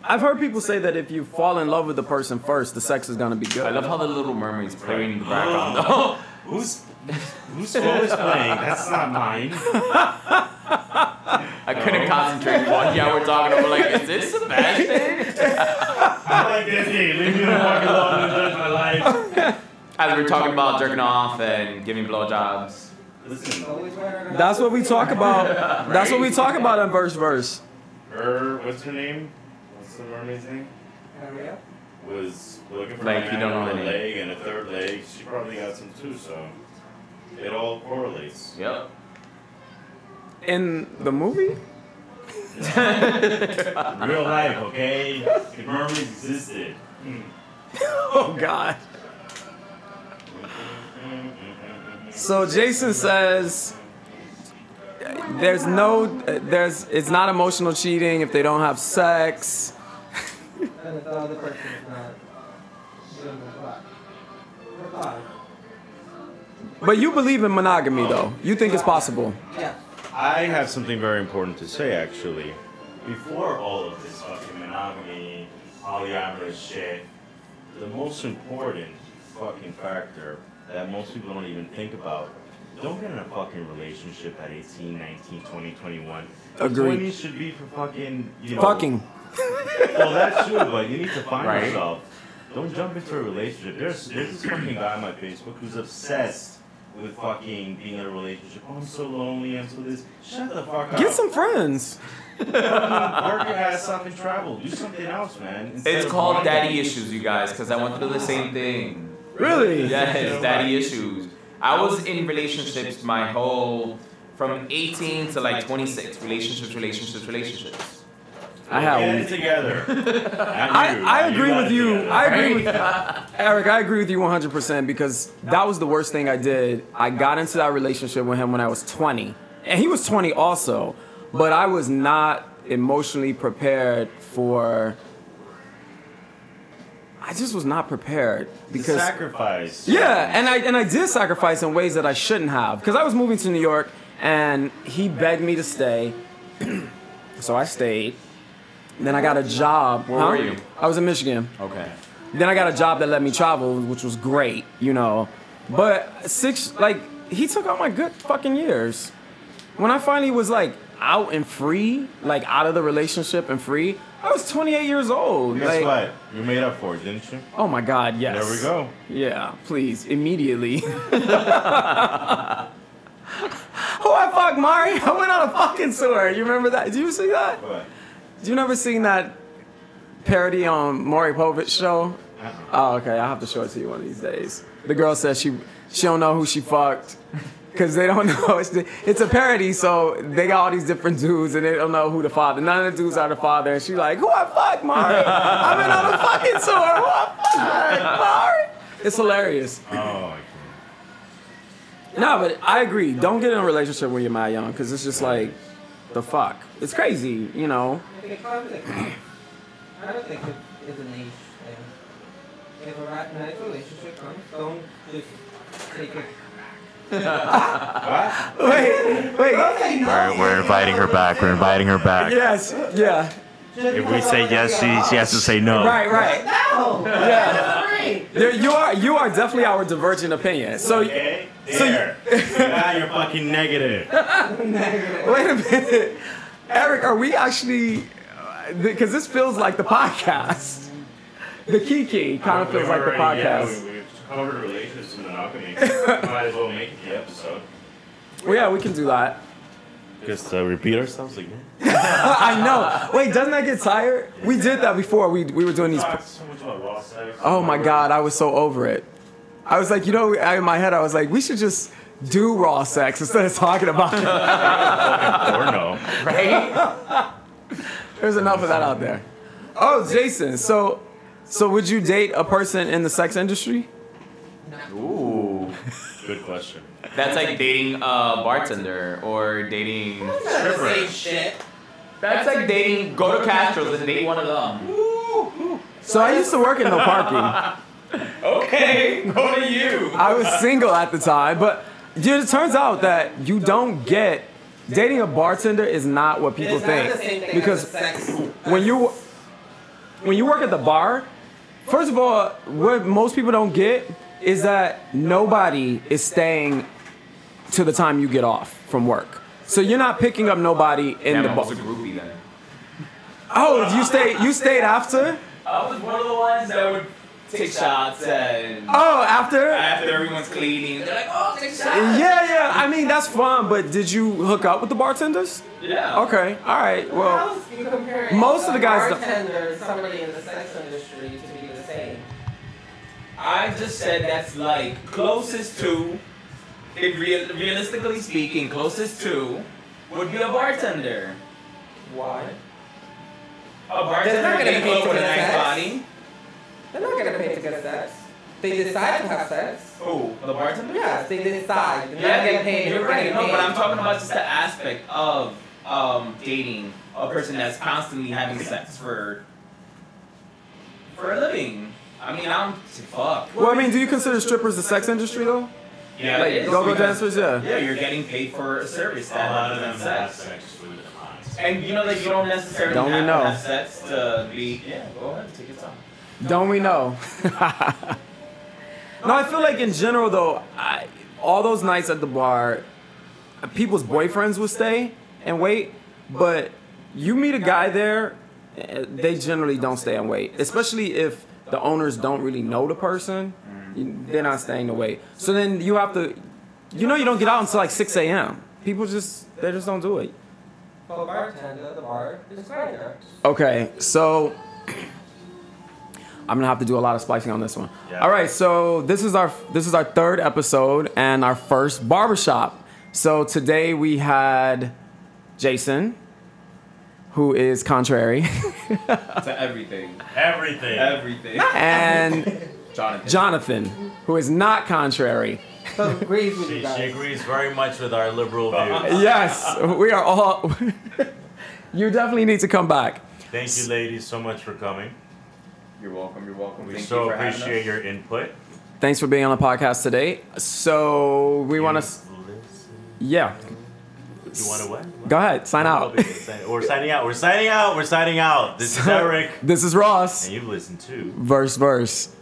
Speaker 1: I've heard people say that if you fall in love with the person first, the sex is gonna be good.
Speaker 3: I love how the Little Mermaid's playing in the background. (gasps) though.
Speaker 2: Who's Oh, (laughs) whose phone is playing? That's not mine.
Speaker 3: I couldn't concentrate. One yeah, we're talking about like, is this a (laughs) bad thing?
Speaker 2: I like Disney. Leave me the fuck alone and judge my life.
Speaker 3: As we're talking about jerking off and giving blowjobs.
Speaker 2: Listen,
Speaker 4: always better than
Speaker 1: That's what we talk
Speaker 3: (laughs)
Speaker 1: about. That's what we talk about on verse verse.
Speaker 2: her. What's her name? What's the mermaid's name?
Speaker 4: Ariel.
Speaker 2: was looking for
Speaker 3: Like,
Speaker 2: a
Speaker 3: you
Speaker 2: man
Speaker 3: don't know
Speaker 2: with
Speaker 3: the
Speaker 2: a
Speaker 3: name.
Speaker 2: leg and a third leg. She probably got some too, so it all correlates.
Speaker 3: Yep.
Speaker 1: In the movie?
Speaker 3: Uh,
Speaker 2: Real life, okay? The mermaids existed.
Speaker 1: Oh God. So Jason says there's no there's it's not emotional cheating if they don't have sex.
Speaker 4: And if the other person's not doing the plot. Reply.
Speaker 1: But you believe in monogamy though. You think it's possible.
Speaker 4: Yeah.
Speaker 2: I have something very important to say, actually. Before all of this fucking monogamy, polyamorous shit, the most important fucking factor that most people don't even think about. Don't get in a fucking relationship at 18, 19, 20, 21.
Speaker 1: Agreed.
Speaker 2: 20 should be for fucking, you know.
Speaker 1: Fucking.
Speaker 2: Well, that's true, but you need to find
Speaker 3: Right.
Speaker 2: yourself. Don't jump into a relationship. There's, there's this fucking guy on my Facebook who's obsessed with fucking being in a relationship. Oh, I'm so lonely. I'm so this. Shut the fuck up.
Speaker 1: Get some friends.
Speaker 2: Fucking work your ass up and travel. Do something else, man. Instead
Speaker 3: It's
Speaker 2: of
Speaker 3: called
Speaker 2: whining.
Speaker 3: daddy issues, you guys, because I went through the same thing.
Speaker 1: Really?
Speaker 3: (laughs) Yes, daddy issues. I was in relationships my whole from 18 to like 26. Relationships, relationships, relationships.
Speaker 1: I
Speaker 2: Get
Speaker 1: have.
Speaker 2: it
Speaker 3: (laughs)
Speaker 2: together. Not you.
Speaker 1: I, I
Speaker 2: You
Speaker 1: agree
Speaker 2: got
Speaker 1: with
Speaker 2: it
Speaker 1: you.
Speaker 2: together.
Speaker 1: I agree with Eric. I agree with you 100% because that was the worst thing I did. I got into that relationship with him when I was 20, and he was 20 also, but I was not emotionally prepared for. I just was not prepared because
Speaker 2: sacrifice.
Speaker 1: Yeah, and I and I did sacrifice in ways that I shouldn't have because I was moving to New York and he begged me to stay, (clears throat) so I stayed. Then I got a job.
Speaker 3: Where
Speaker 1: Huh?
Speaker 3: were you?
Speaker 1: I was in Michigan.
Speaker 3: Okay.
Speaker 1: Then I got a job that let me travel, which was great, you know. But six, like he took out my good fucking years. When I finally was like out and free, like out of the relationship and free, I was 28 years old.
Speaker 2: Guess
Speaker 1: like,
Speaker 2: what? You made up for it, didn't you?
Speaker 1: Oh my God, yes.
Speaker 2: There we go.
Speaker 1: Yeah, please, immediately. (laughs) Who I fuck, Mari? I went on a fucking tour. You remember that? Did you see that?
Speaker 2: But
Speaker 1: Did you never seen that parody on Maury Povich show? Oh, okay. I'll have to show it to you one of these days. The girl says she she don't know who she fucked because they don't (laughs) know. It's, the, it's a parody, so they got all these different dudes and they don't know who the father. None of the dudes are the father, and she's like, "Who I fucked, Maury? I've been on a fucking tour. Who I fucked, Maury?" It's hilarious.
Speaker 2: oh, I can't.
Speaker 1: No, but I agree. Don't get in a relationship when you're mad young because it's just like, the fuck. It's crazy, you know.
Speaker 4: If it comes, it comes. I don't think it- it's an age thing. If a ri- nice relationship comes, don't just take it.
Speaker 1: Wait, wait.
Speaker 4: Okay, no,
Speaker 2: We're, we're inviting her back. We're inviting her back.
Speaker 1: Yes. Yeah.
Speaker 2: If we say yes, she, she has to say no.
Speaker 1: Right. Right.
Speaker 4: No!
Speaker 1: Yeah.
Speaker 4: Sorry!
Speaker 1: There- you are. You are definitely our divergent opinion. So wait
Speaker 2: Okay?
Speaker 1: So you-
Speaker 2: (laughs) There. now you're fucking negative.
Speaker 1: a minute, Eric. Are we actually? uh, Because this feels like the podcast. The Kiki kind of feels like the podcast.
Speaker 2: we, we've covered relationships and monogamy. Might as well make it the episode.
Speaker 1: Well, yeah, we can do that.
Speaker 2: Just uh, repeat ourselves again.
Speaker 1: I know. Wait, doesn't that get tired? We did that before. We we were doing these.
Speaker 2: Talk so much about raw sex.
Speaker 1: Oh my God, I was so over it. I was like, you know, I- in my head, I was like, we should just do raw sex instead of talking about it.
Speaker 2: Porno.
Speaker 3: Right?
Speaker 1: There's enough of that out there. Oh, Jason, so so would you date a person in the sex industry?
Speaker 3: Ooh.
Speaker 2: Good question.
Speaker 3: That's like dating a bartender or dating.
Speaker 4: That's the same shit.
Speaker 3: That's like dating. Go to Castro's and date one of them.
Speaker 1: So I used to work in no parking.
Speaker 3: Okay, go to you.
Speaker 1: (laughs) I was single at the time, but dude, it turns out that you don't get dating a bartender is not what people
Speaker 4: It's
Speaker 1: think
Speaker 4: not the same thing
Speaker 1: because
Speaker 4: as a sex.
Speaker 1: when you when you work at the bar, first of all, what most people don't get is that nobody is staying to the time you get off from work. So you're not picking up nobody in
Speaker 3: Damn,
Speaker 1: the
Speaker 3: I
Speaker 1: bar.
Speaker 3: was a groupie then.
Speaker 1: Oh, you stayed you stayed after?
Speaker 3: I was one of the ones that would take shots and
Speaker 1: Oh, after?
Speaker 3: after everyone's cleaning, they're like, "Oh, take
Speaker 1: Yeah,
Speaker 3: shots."
Speaker 1: yeah. I mean, that's fun, but did you hook up with the bartenders?
Speaker 3: Yeah.
Speaker 1: Okay. All right.
Speaker 4: How
Speaker 1: Well,
Speaker 4: is you comparing
Speaker 1: most of
Speaker 4: a
Speaker 1: the guys don't-
Speaker 4: bartender, somebody in the sex industry to be the same?
Speaker 3: I just said that's like closest to, if real, realistically speaking, closest to would be a bartender.
Speaker 4: Why?
Speaker 3: A
Speaker 4: They're not
Speaker 3: bartender
Speaker 4: gonna
Speaker 3: can
Speaker 4: pay
Speaker 3: go
Speaker 4: for
Speaker 3: with a
Speaker 4: the
Speaker 3: nice
Speaker 4: sex.
Speaker 3: body.
Speaker 4: They're not gonna pay to get sex. They decide to have sex.
Speaker 3: Who? The bartender?
Speaker 4: Yes, they decide. They're not getting paid.
Speaker 3: You're
Speaker 4: they're
Speaker 3: right.
Speaker 4: getting
Speaker 3: No,
Speaker 4: paid.
Speaker 3: but I'm talking about just the aspect of um, dating a person that's constantly having sex for for a living. I mean, I'm fuck.
Speaker 1: well, I mean, do you consider strippers the sex industry though?
Speaker 3: Yeah, it
Speaker 1: Like
Speaker 3: is
Speaker 1: go-go
Speaker 3: because-
Speaker 1: dancers, yeah.
Speaker 3: Yeah, you're getting paid for a service
Speaker 2: A lot
Speaker 3: that
Speaker 2: of them
Speaker 3: represents
Speaker 2: have
Speaker 3: sex.
Speaker 2: sex with their minds.
Speaker 3: And you know that you don't necessarily
Speaker 1: Don't we
Speaker 3: have
Speaker 1: know?
Speaker 3: to have sex to be. Yeah, go ahead, take your time.
Speaker 1: Don't we know? no, I feel like in general though, I, all those nights at the bar, people's boyfriends would stay and wait, but you meet a guy there, eh, they generally don't stay and wait, especially if the owners don't really know the person. They're not staying to wait. So then you have to You know you don't get out until like 6 a.m. People just they just don't do it.
Speaker 4: For a bartender, the bar is greater.
Speaker 1: Okay, so I'm gonna have to do a lot of splicing on this one.
Speaker 2: Yeah.
Speaker 1: All right, so this is our this is our third episode and our first barbershop. So today we had Jason, who is contrary, (laughs)
Speaker 6: to everything.
Speaker 2: Everything.
Speaker 6: Everything.
Speaker 1: and
Speaker 6: Jonathan.
Speaker 1: Jonathan, who is not contrary.
Speaker 4: So agrees with you
Speaker 2: She, she
Speaker 4: guys.
Speaker 2: agrees very much with our liberal views.
Speaker 1: Yes, we are all. (laughs) you definitely need to come back.
Speaker 2: Thank you, ladies, so much for coming.
Speaker 6: You're welcome. You're welcome.
Speaker 2: We
Speaker 6: Thank
Speaker 2: so
Speaker 6: you for having
Speaker 2: appreciate
Speaker 6: us.
Speaker 2: your input.
Speaker 1: Thanks for being on the podcast today. So we want to, yeah.
Speaker 2: You want to what?
Speaker 1: Go ahead, sign out.
Speaker 2: We're signing
Speaker 1: (laughs)
Speaker 2: out. We're signing out. We're signing out. This is Eric.
Speaker 1: This is Ross.
Speaker 2: And you listen to.
Speaker 1: Verse verse.